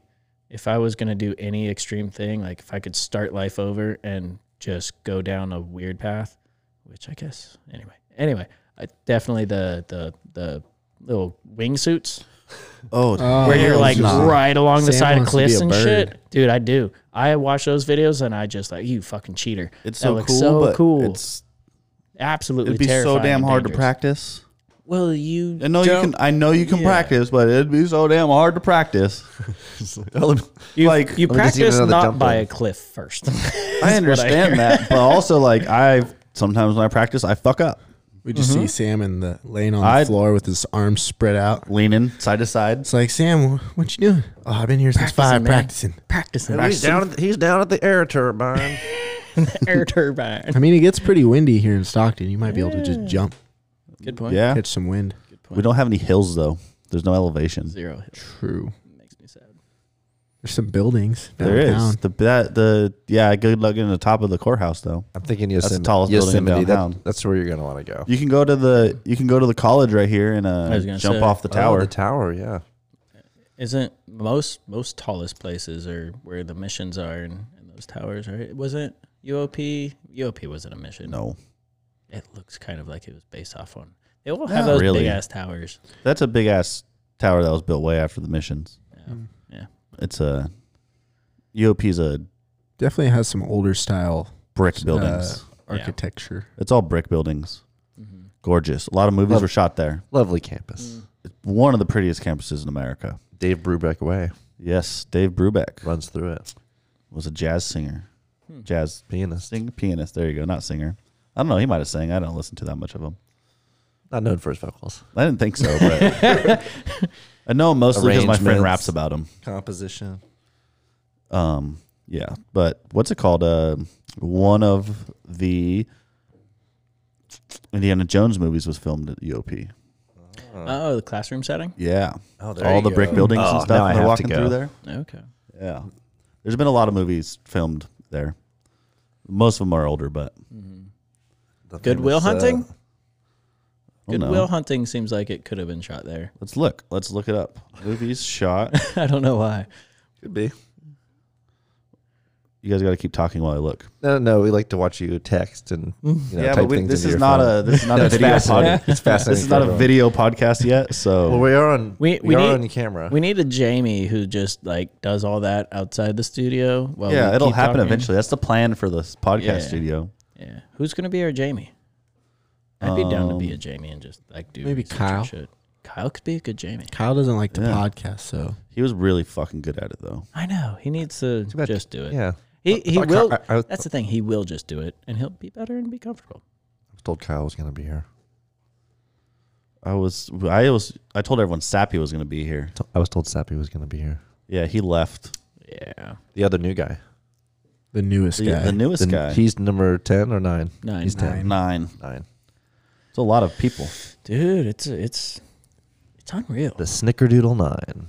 [SPEAKER 5] if I was going to do any extreme thing, like if I could start life over and just go down a weird path, which I guess anyway, anyway, I definitely the the the little wingsuits
[SPEAKER 2] Oh,
[SPEAKER 3] Oh,
[SPEAKER 5] where you're like
[SPEAKER 3] nah.
[SPEAKER 5] right along the
[SPEAKER 3] Sam
[SPEAKER 5] side of
[SPEAKER 3] wants to be
[SPEAKER 5] cliffs
[SPEAKER 3] a
[SPEAKER 5] and
[SPEAKER 3] bird.
[SPEAKER 5] shit, dude. I do. I watch those videos and I just like you fucking cheater.
[SPEAKER 2] it's
[SPEAKER 5] That
[SPEAKER 2] so
[SPEAKER 5] looks
[SPEAKER 2] cool.
[SPEAKER 5] so
[SPEAKER 2] but
[SPEAKER 5] cool.
[SPEAKER 2] It's
[SPEAKER 5] Absolutely,
[SPEAKER 2] it'd be so
[SPEAKER 5] terrifying
[SPEAKER 2] damn
[SPEAKER 5] and
[SPEAKER 2] hard to
[SPEAKER 5] dangerous.
[SPEAKER 2] practice.
[SPEAKER 5] Well, you
[SPEAKER 2] I know you
[SPEAKER 5] don't-
[SPEAKER 2] can. I know you can
[SPEAKER 5] yeah.
[SPEAKER 2] practice, but it'd be so damn hard to practice.
[SPEAKER 5] You,
[SPEAKER 2] like,
[SPEAKER 4] let me
[SPEAKER 5] you
[SPEAKER 4] just even
[SPEAKER 5] practice
[SPEAKER 4] know the
[SPEAKER 5] not
[SPEAKER 4] jump
[SPEAKER 5] by
[SPEAKER 4] in.
[SPEAKER 5] a cliff first.
[SPEAKER 2] I understand that, but also like I sometimes when I practice, I fuck up,
[SPEAKER 3] We just see Sam in the laying on the
[SPEAKER 2] Mm-hmm. I'd-
[SPEAKER 3] floor with his arms spread out.
[SPEAKER 2] leaning side to side.
[SPEAKER 3] It's like Sam, wh- what you doing? Oh, I've been here since five
[SPEAKER 5] man.
[SPEAKER 3] practicing.
[SPEAKER 5] practicing
[SPEAKER 4] He's down, at the, he's down at the air turbine.
[SPEAKER 5] air turbine.
[SPEAKER 3] I mean, it gets pretty windy here in Stockton. You might be able to just jump,
[SPEAKER 5] Good point.
[SPEAKER 2] Yeah,
[SPEAKER 3] catch some wind.
[SPEAKER 2] we don't have any hills though. There's no elevation.
[SPEAKER 5] Zero. It
[SPEAKER 3] True.
[SPEAKER 5] makes me sad.
[SPEAKER 3] There's some buildings
[SPEAKER 2] There
[SPEAKER 3] downtown.
[SPEAKER 2] is the that the yeah. Good luck in the top of the courthouse though.
[SPEAKER 4] I'm thinking
[SPEAKER 2] the
[SPEAKER 4] Yosemite.
[SPEAKER 2] tallest building
[SPEAKER 4] Yosemite. that-
[SPEAKER 2] downtown.
[SPEAKER 4] that's where you're gonna want to go.
[SPEAKER 2] You can go to the you can go to the college right here and
[SPEAKER 5] I
[SPEAKER 2] uh,
[SPEAKER 5] was gonna
[SPEAKER 2] jump
[SPEAKER 5] say.
[SPEAKER 2] off the
[SPEAKER 4] Oh,
[SPEAKER 2] tower.
[SPEAKER 4] the tower. Yeah.
[SPEAKER 5] Isn't most most tallest places are where the missions are and, and those towers, right? Wasn't UOP? UOP wasn't a mission.
[SPEAKER 2] no,
[SPEAKER 5] It looks kind of like it was based off one. They all have those
[SPEAKER 2] really.
[SPEAKER 5] big ass towers.
[SPEAKER 2] that's a big ass tower that was built way after the missions.
[SPEAKER 5] Yeah. yeah.
[SPEAKER 2] It's a UOP's a
[SPEAKER 3] Definitely has some older style
[SPEAKER 2] brick
[SPEAKER 3] uh,
[SPEAKER 2] buildings.
[SPEAKER 3] architecture.
[SPEAKER 2] It's all brick buildings.
[SPEAKER 5] Mm-hmm.
[SPEAKER 2] Gorgeous. A lot of movies
[SPEAKER 4] Love-
[SPEAKER 2] were shot there.
[SPEAKER 4] Lovely campus.
[SPEAKER 5] Mm.
[SPEAKER 2] One of the prettiest campuses in America.
[SPEAKER 4] Dave Brubeck way
[SPEAKER 2] Yes, Dave Brubeck
[SPEAKER 4] runs through it.
[SPEAKER 2] was a jazz singer, jazz
[SPEAKER 4] Pianist.
[SPEAKER 2] sing pianist. There you go, not singer. I don't know. He might have sang. I don't listen to that much of him.
[SPEAKER 4] Not known for his vocals.
[SPEAKER 2] I didn't think so, but I know him mostly because my friend
[SPEAKER 4] Arrangements.
[SPEAKER 2] raps about him.
[SPEAKER 4] Composition.
[SPEAKER 2] Um, yeah, but what's it called? Uh, one of the Indiana Jones movies was filmed at UOP. Uh,
[SPEAKER 5] Oh, the classroom setting.
[SPEAKER 2] Yeah,
[SPEAKER 4] Oh, there
[SPEAKER 2] all
[SPEAKER 4] you
[SPEAKER 2] the brick
[SPEAKER 4] go.
[SPEAKER 2] buildings and
[SPEAKER 4] Oh,
[SPEAKER 2] stuff.
[SPEAKER 4] now I
[SPEAKER 2] and They're
[SPEAKER 4] have to
[SPEAKER 2] walking through
[SPEAKER 4] go.
[SPEAKER 2] there.
[SPEAKER 5] Okay.
[SPEAKER 2] Yeah. There's been a lot of movies filmed there. Most of them are older, but
[SPEAKER 4] The
[SPEAKER 5] Goodwill
[SPEAKER 4] famous, uh,
[SPEAKER 5] hunting.
[SPEAKER 2] I don't know.
[SPEAKER 5] Goodwill hunting seems like it could have been shot there.
[SPEAKER 2] Let's look. Let's look it up. Movies shot.
[SPEAKER 5] I don't know why.
[SPEAKER 4] could be.
[SPEAKER 2] You guys got to keep talking while I look.
[SPEAKER 4] No, no, we like to watch you text and you
[SPEAKER 5] Mm.
[SPEAKER 4] know, type things
[SPEAKER 2] this
[SPEAKER 4] into
[SPEAKER 2] is
[SPEAKER 4] your
[SPEAKER 2] not
[SPEAKER 4] phone.
[SPEAKER 2] a this is not a
[SPEAKER 4] It's
[SPEAKER 2] video
[SPEAKER 4] fascinating.
[SPEAKER 2] podcast.
[SPEAKER 4] It's fascinating.
[SPEAKER 2] This is not
[SPEAKER 4] for
[SPEAKER 2] a
[SPEAKER 4] everyone.
[SPEAKER 2] video podcast yet, so
[SPEAKER 4] Well, we are on.
[SPEAKER 5] We-
[SPEAKER 4] We,
[SPEAKER 5] we
[SPEAKER 4] are
[SPEAKER 5] need-
[SPEAKER 4] on camera.
[SPEAKER 5] We need a Jamie who just like does all that outside the studio.
[SPEAKER 4] Uh,
[SPEAKER 5] While
[SPEAKER 2] yeah,
[SPEAKER 5] we
[SPEAKER 2] it'll
[SPEAKER 5] keep
[SPEAKER 2] happen
[SPEAKER 5] talking.
[SPEAKER 2] eventually. That's the plan for this podcast
[SPEAKER 5] Yeah.
[SPEAKER 2] studio.
[SPEAKER 5] Yeah. Who's gonna be our Jamie? I'd be down to be a Jamie and just like do
[SPEAKER 3] maybe
[SPEAKER 5] research and
[SPEAKER 3] Kyle.
[SPEAKER 5] Shit. Kyle could be a good Jamie.
[SPEAKER 3] Kyle doesn't like to
[SPEAKER 2] Yeah.
[SPEAKER 3] podcast, so
[SPEAKER 2] He was really fucking good at it though.
[SPEAKER 5] I know he needs to
[SPEAKER 4] bad.
[SPEAKER 5] just do it.
[SPEAKER 4] yeah,
[SPEAKER 5] He he
[SPEAKER 4] I- I-
[SPEAKER 5] will.
[SPEAKER 4] I- I-
[SPEAKER 5] that's the thing. He will just do it, and he'll be better and be comfortable.
[SPEAKER 4] I told Kyle I was gonna be here.
[SPEAKER 2] I was I was I told everyone Sappy was gonna be here.
[SPEAKER 4] T- I was told Sappy was going to be here.
[SPEAKER 2] Yeah, he left.
[SPEAKER 5] Yeah.
[SPEAKER 4] The other new guy.
[SPEAKER 3] The newest
[SPEAKER 2] The,
[SPEAKER 3] guy.
[SPEAKER 2] the newest
[SPEAKER 4] The-
[SPEAKER 2] guy.
[SPEAKER 4] He's number 10 or 9?
[SPEAKER 5] Nine.
[SPEAKER 4] He's
[SPEAKER 3] Nine.
[SPEAKER 4] 10.
[SPEAKER 2] nine.
[SPEAKER 4] Nine.
[SPEAKER 2] It's a lot of people.
[SPEAKER 5] Dude, it's it's it's unreal.
[SPEAKER 4] The Snickerdoodle 9.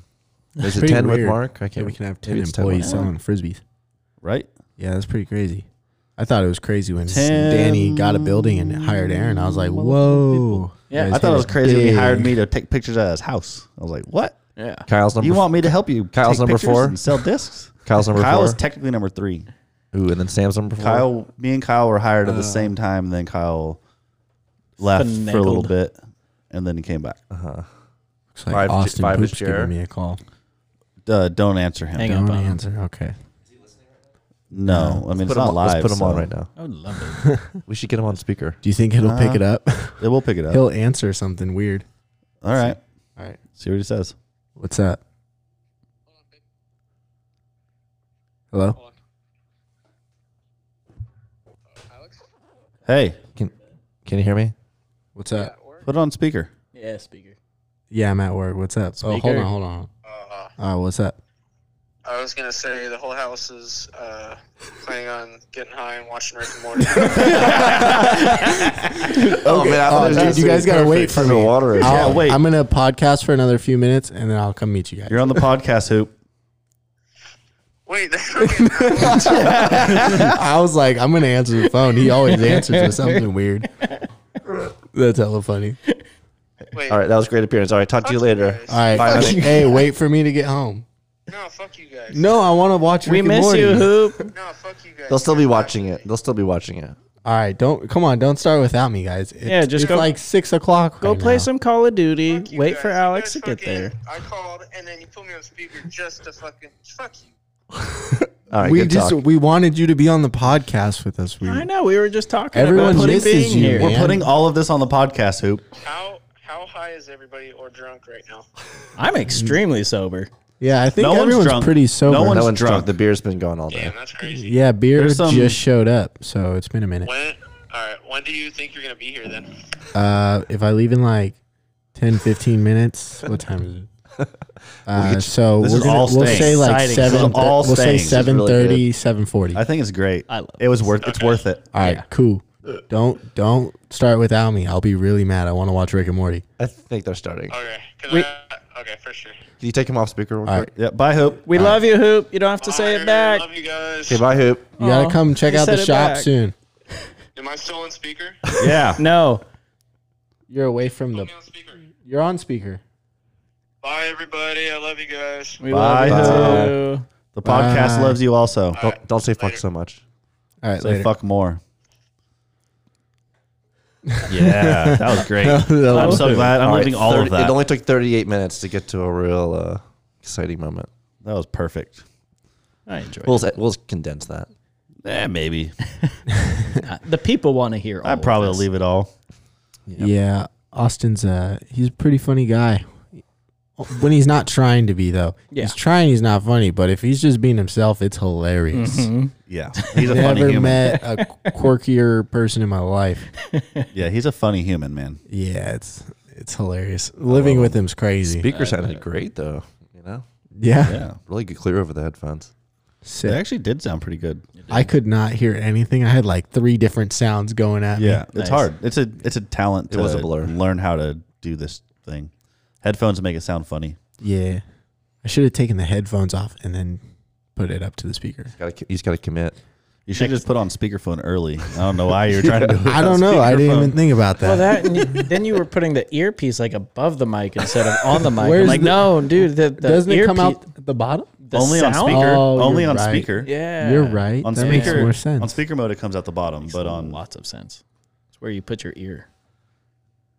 [SPEAKER 4] Is it
[SPEAKER 3] pretty
[SPEAKER 4] 10 with
[SPEAKER 3] weird.
[SPEAKER 4] Mark? I
[SPEAKER 3] yeah,
[SPEAKER 4] can't
[SPEAKER 3] we can have ten
[SPEAKER 4] maybe it's 10 with
[SPEAKER 3] employees
[SPEAKER 4] Mark.
[SPEAKER 3] selling frisbees.
[SPEAKER 2] Right?
[SPEAKER 3] Yeah, that's pretty crazy. I thought it was crazy when
[SPEAKER 2] 10
[SPEAKER 3] Danny got a building and hired Aaron. I was like, whoa. That
[SPEAKER 5] Yeah, I
[SPEAKER 2] I
[SPEAKER 3] is
[SPEAKER 2] thought it was crazy when he
[SPEAKER 3] big.
[SPEAKER 2] hired me to take pictures at his house. I was like, What?
[SPEAKER 5] Yeah.
[SPEAKER 4] Kyle's number
[SPEAKER 2] You want me to help you? take
[SPEAKER 4] Kyle's number
[SPEAKER 2] pictures
[SPEAKER 4] four?
[SPEAKER 2] And sell discs.
[SPEAKER 4] Kyle's number
[SPEAKER 2] Kyle
[SPEAKER 4] four.
[SPEAKER 2] is technically number three.
[SPEAKER 4] Ooh, and then Sam's number four. Uh.
[SPEAKER 2] Kyle, me and Kyle were hired at the same time. Then Kyle left for a little
[SPEAKER 5] Finagled.
[SPEAKER 2] bit, and then he came back.
[SPEAKER 3] Looks like
[SPEAKER 4] Five-
[SPEAKER 3] Austin
[SPEAKER 4] five is
[SPEAKER 3] Poop's giving
[SPEAKER 4] Jared.
[SPEAKER 3] me a call.
[SPEAKER 2] Uh, don't answer him.
[SPEAKER 5] Hang
[SPEAKER 3] Don't
[SPEAKER 5] up on him.
[SPEAKER 3] answer. Okay.
[SPEAKER 2] No, I mean
[SPEAKER 4] Let's
[SPEAKER 2] it's
[SPEAKER 4] put him
[SPEAKER 2] not
[SPEAKER 4] on-
[SPEAKER 2] live.
[SPEAKER 4] Let's put him on
[SPEAKER 2] so
[SPEAKER 4] right now.
[SPEAKER 5] I would love it.
[SPEAKER 4] We should get him on speaker.
[SPEAKER 3] Do you think it'll
[SPEAKER 2] Uh,
[SPEAKER 3] pick it up?
[SPEAKER 2] It will pick it up.
[SPEAKER 3] He'll answer something weird.
[SPEAKER 2] All right,
[SPEAKER 3] All right.
[SPEAKER 2] see what he says.
[SPEAKER 3] What's up? Hello?
[SPEAKER 2] Hey,
[SPEAKER 4] Can Can you hear me?
[SPEAKER 3] What's up?
[SPEAKER 2] put it on speaker.
[SPEAKER 5] Yeah, speaker.
[SPEAKER 3] Yeah, I'm at work. What's up? Oh, hold
[SPEAKER 5] Speaker.
[SPEAKER 3] on, hold on.
[SPEAKER 6] Uh,
[SPEAKER 2] Uh-huh.
[SPEAKER 3] All right, what's up?
[SPEAKER 6] I was gonna say the whole house is uh, planning on getting high and watching Rick and Morty.
[SPEAKER 4] Oh man, I
[SPEAKER 3] Oh, dude, you guys got to wait for me. Oh.
[SPEAKER 4] water.
[SPEAKER 3] I'll-
[SPEAKER 2] wait.
[SPEAKER 3] I'm going to podcast for another few minutes and then I'll come meet you guys.
[SPEAKER 2] You're on the podcast hoop.
[SPEAKER 6] Wait, okay,
[SPEAKER 3] I was like, I'm gonna answer the phone. He always answers with something weird. That's hella funny.
[SPEAKER 6] wait.
[SPEAKER 4] All right, that was a great appearance. All right, talk to you later.
[SPEAKER 6] guys.
[SPEAKER 3] All right,
[SPEAKER 4] Bye, honey.
[SPEAKER 3] hey, wait for me to get home.
[SPEAKER 6] No, fuck you guys.
[SPEAKER 3] No, I want to watch.
[SPEAKER 5] We
[SPEAKER 3] Rick and
[SPEAKER 5] miss
[SPEAKER 3] Morty.
[SPEAKER 5] you, Hoop.
[SPEAKER 6] No, fuck you guys.
[SPEAKER 4] They'll still be watching it. They'll still be watching it.
[SPEAKER 3] All right, don't come on. Don't start without me, guys. It's,
[SPEAKER 5] Yeah, just
[SPEAKER 3] it's
[SPEAKER 5] go-
[SPEAKER 3] like six o'clock.
[SPEAKER 5] Go
[SPEAKER 3] right
[SPEAKER 5] play
[SPEAKER 3] now.
[SPEAKER 5] some Call of Duty.
[SPEAKER 6] Fuck you
[SPEAKER 5] Wait
[SPEAKER 6] guys.
[SPEAKER 5] for
[SPEAKER 6] You
[SPEAKER 5] Alex
[SPEAKER 6] guys
[SPEAKER 5] to get
[SPEAKER 6] fucking-
[SPEAKER 5] there.
[SPEAKER 6] I called and then you put me on speaker just to fucking fuck you.
[SPEAKER 4] All right,
[SPEAKER 3] we
[SPEAKER 4] good
[SPEAKER 3] just
[SPEAKER 4] talk.
[SPEAKER 3] we wanted you to be on the podcast with us. We,
[SPEAKER 5] I know. We were just talking.
[SPEAKER 3] Mm. Everyone
[SPEAKER 5] about putting
[SPEAKER 3] misses
[SPEAKER 5] being
[SPEAKER 3] you,
[SPEAKER 5] here.
[SPEAKER 2] We're
[SPEAKER 3] man.
[SPEAKER 2] putting all of this on the podcast hoop.
[SPEAKER 6] How how high is everybody or drunk right now?
[SPEAKER 5] I'm extremely sober.
[SPEAKER 3] Yeah, I think
[SPEAKER 2] No one's
[SPEAKER 3] everyone's
[SPEAKER 2] drunk.
[SPEAKER 3] pretty sober.
[SPEAKER 2] No one's
[SPEAKER 4] no one's drunk.
[SPEAKER 2] drunk.
[SPEAKER 4] The beer's been gone all day.
[SPEAKER 6] Damn, that's crazy.
[SPEAKER 3] yeah, beer
[SPEAKER 2] There's some-
[SPEAKER 3] just showed up, so it's been a minute.
[SPEAKER 6] When? All right. When do you think you're gonna be here then?
[SPEAKER 3] Uh, if I leave in like 10, 15 minutes, what time is it? Uh, so
[SPEAKER 2] this
[SPEAKER 3] we're
[SPEAKER 2] is
[SPEAKER 3] gonna,
[SPEAKER 2] all
[SPEAKER 3] we'll
[SPEAKER 2] staying.
[SPEAKER 3] say like
[SPEAKER 5] Exciting.
[SPEAKER 3] seven.
[SPEAKER 2] This is all
[SPEAKER 3] we'll
[SPEAKER 2] staying. This
[SPEAKER 3] say
[SPEAKER 2] is really
[SPEAKER 3] seven thirty, seven forty.
[SPEAKER 2] I think it's great.
[SPEAKER 5] I love
[SPEAKER 2] it. Was worth. It's worth it.
[SPEAKER 3] All right, cool. Don't don't start without me. I'll be really mad. I want to watch Rick and Morty.
[SPEAKER 4] I think they're starting. Can
[SPEAKER 6] Okay. 'cause
[SPEAKER 5] Wait.
[SPEAKER 6] I, okay, for sure.
[SPEAKER 4] you take him off speaker? Real
[SPEAKER 3] All
[SPEAKER 4] quick?
[SPEAKER 3] right,
[SPEAKER 2] Yeah. Bye, hoop.
[SPEAKER 5] We love you, Hoop. You don't have to say
[SPEAKER 6] Bye,
[SPEAKER 5] it back.
[SPEAKER 6] Love you guys.
[SPEAKER 4] Okay, bye, Hoop.
[SPEAKER 3] you gotta
[SPEAKER 5] Aw,
[SPEAKER 3] come check
[SPEAKER 5] you
[SPEAKER 3] out the
[SPEAKER 5] said it
[SPEAKER 3] shop
[SPEAKER 5] back.
[SPEAKER 3] soon.
[SPEAKER 6] Am I still on speaker?
[SPEAKER 2] Yeah.
[SPEAKER 5] No.
[SPEAKER 3] You're away from the.
[SPEAKER 6] Put me on speaker.
[SPEAKER 3] You're on speaker.
[SPEAKER 6] Bye, everybody. I love you guys.
[SPEAKER 5] We
[SPEAKER 2] Bye,
[SPEAKER 5] love you. too.
[SPEAKER 2] The podcast
[SPEAKER 3] Bye.
[SPEAKER 2] loves you also.
[SPEAKER 4] Don't, don't say fuck
[SPEAKER 6] Later.
[SPEAKER 4] so much.
[SPEAKER 3] All right,
[SPEAKER 2] Say
[SPEAKER 3] later.
[SPEAKER 2] fuck more. yeah, that was great. I'm so glad. I'm
[SPEAKER 4] All right,
[SPEAKER 2] leaving all
[SPEAKER 4] 30
[SPEAKER 2] of that.
[SPEAKER 4] It only took 38 minutes to get to a real uh, exciting moment.
[SPEAKER 2] that was perfect.
[SPEAKER 5] I enjoy it.
[SPEAKER 4] We'll we'll condense that.
[SPEAKER 2] Eh, maybe.
[SPEAKER 5] The people want to hear all
[SPEAKER 2] I'd probably
[SPEAKER 5] of this.
[SPEAKER 2] leave it all.
[SPEAKER 3] Yeah, Austin's uh he's a pretty funny guy. When he's not trying to be though.
[SPEAKER 5] Yeah.
[SPEAKER 3] He's trying, he's not funny, but if he's just being himself, it's hilarious.
[SPEAKER 2] Mm-hmm. Yeah, he's a funny
[SPEAKER 3] Never
[SPEAKER 2] human.
[SPEAKER 3] met a quirkier person in my life.
[SPEAKER 2] Yeah, he's a funny human, man.
[SPEAKER 3] Yeah, it's it's hilarious. Living with him's crazy.
[SPEAKER 4] Speaker sounded great though. You know,
[SPEAKER 3] yeah.
[SPEAKER 2] Yeah,
[SPEAKER 4] really good clear over the headphones.
[SPEAKER 2] it
[SPEAKER 3] Sick.
[SPEAKER 2] actually did sound pretty good.
[SPEAKER 3] I could not hear anything. I had like three different sounds going at me.
[SPEAKER 2] Yeah, it's
[SPEAKER 5] Nice.
[SPEAKER 2] hard. It's a it's a talent.
[SPEAKER 4] It
[SPEAKER 2] to
[SPEAKER 4] was a blur.
[SPEAKER 2] Learn how to do this thing. Headphones make it sound funny.
[SPEAKER 3] Yeah. I should have taken the headphones off and then put it up to the speaker.
[SPEAKER 4] Got to he's got to commit.
[SPEAKER 2] You should just put on speakerphone early. I don't know why you're trying to do it.
[SPEAKER 3] I don't know. I didn't even think about that.
[SPEAKER 5] Well, that and you, then you were putting the earpiece like above the mic instead of on the mic. I'm
[SPEAKER 3] Where's
[SPEAKER 5] like,
[SPEAKER 3] the-
[SPEAKER 5] no, dude, the, the
[SPEAKER 3] Doesn't it come
[SPEAKER 5] earpie-
[SPEAKER 3] out at the bottom?
[SPEAKER 5] the
[SPEAKER 2] only on
[SPEAKER 5] sound?
[SPEAKER 2] speaker.
[SPEAKER 3] Oh,
[SPEAKER 2] only
[SPEAKER 3] you're
[SPEAKER 2] on
[SPEAKER 3] right.
[SPEAKER 2] speaker.
[SPEAKER 5] Yeah,
[SPEAKER 3] You're right.
[SPEAKER 2] On
[SPEAKER 3] that
[SPEAKER 2] speaker.
[SPEAKER 3] makes more sense.
[SPEAKER 2] On speaker mode, it comes out the bottom, but on
[SPEAKER 5] lots of sense. It's where you put your ear.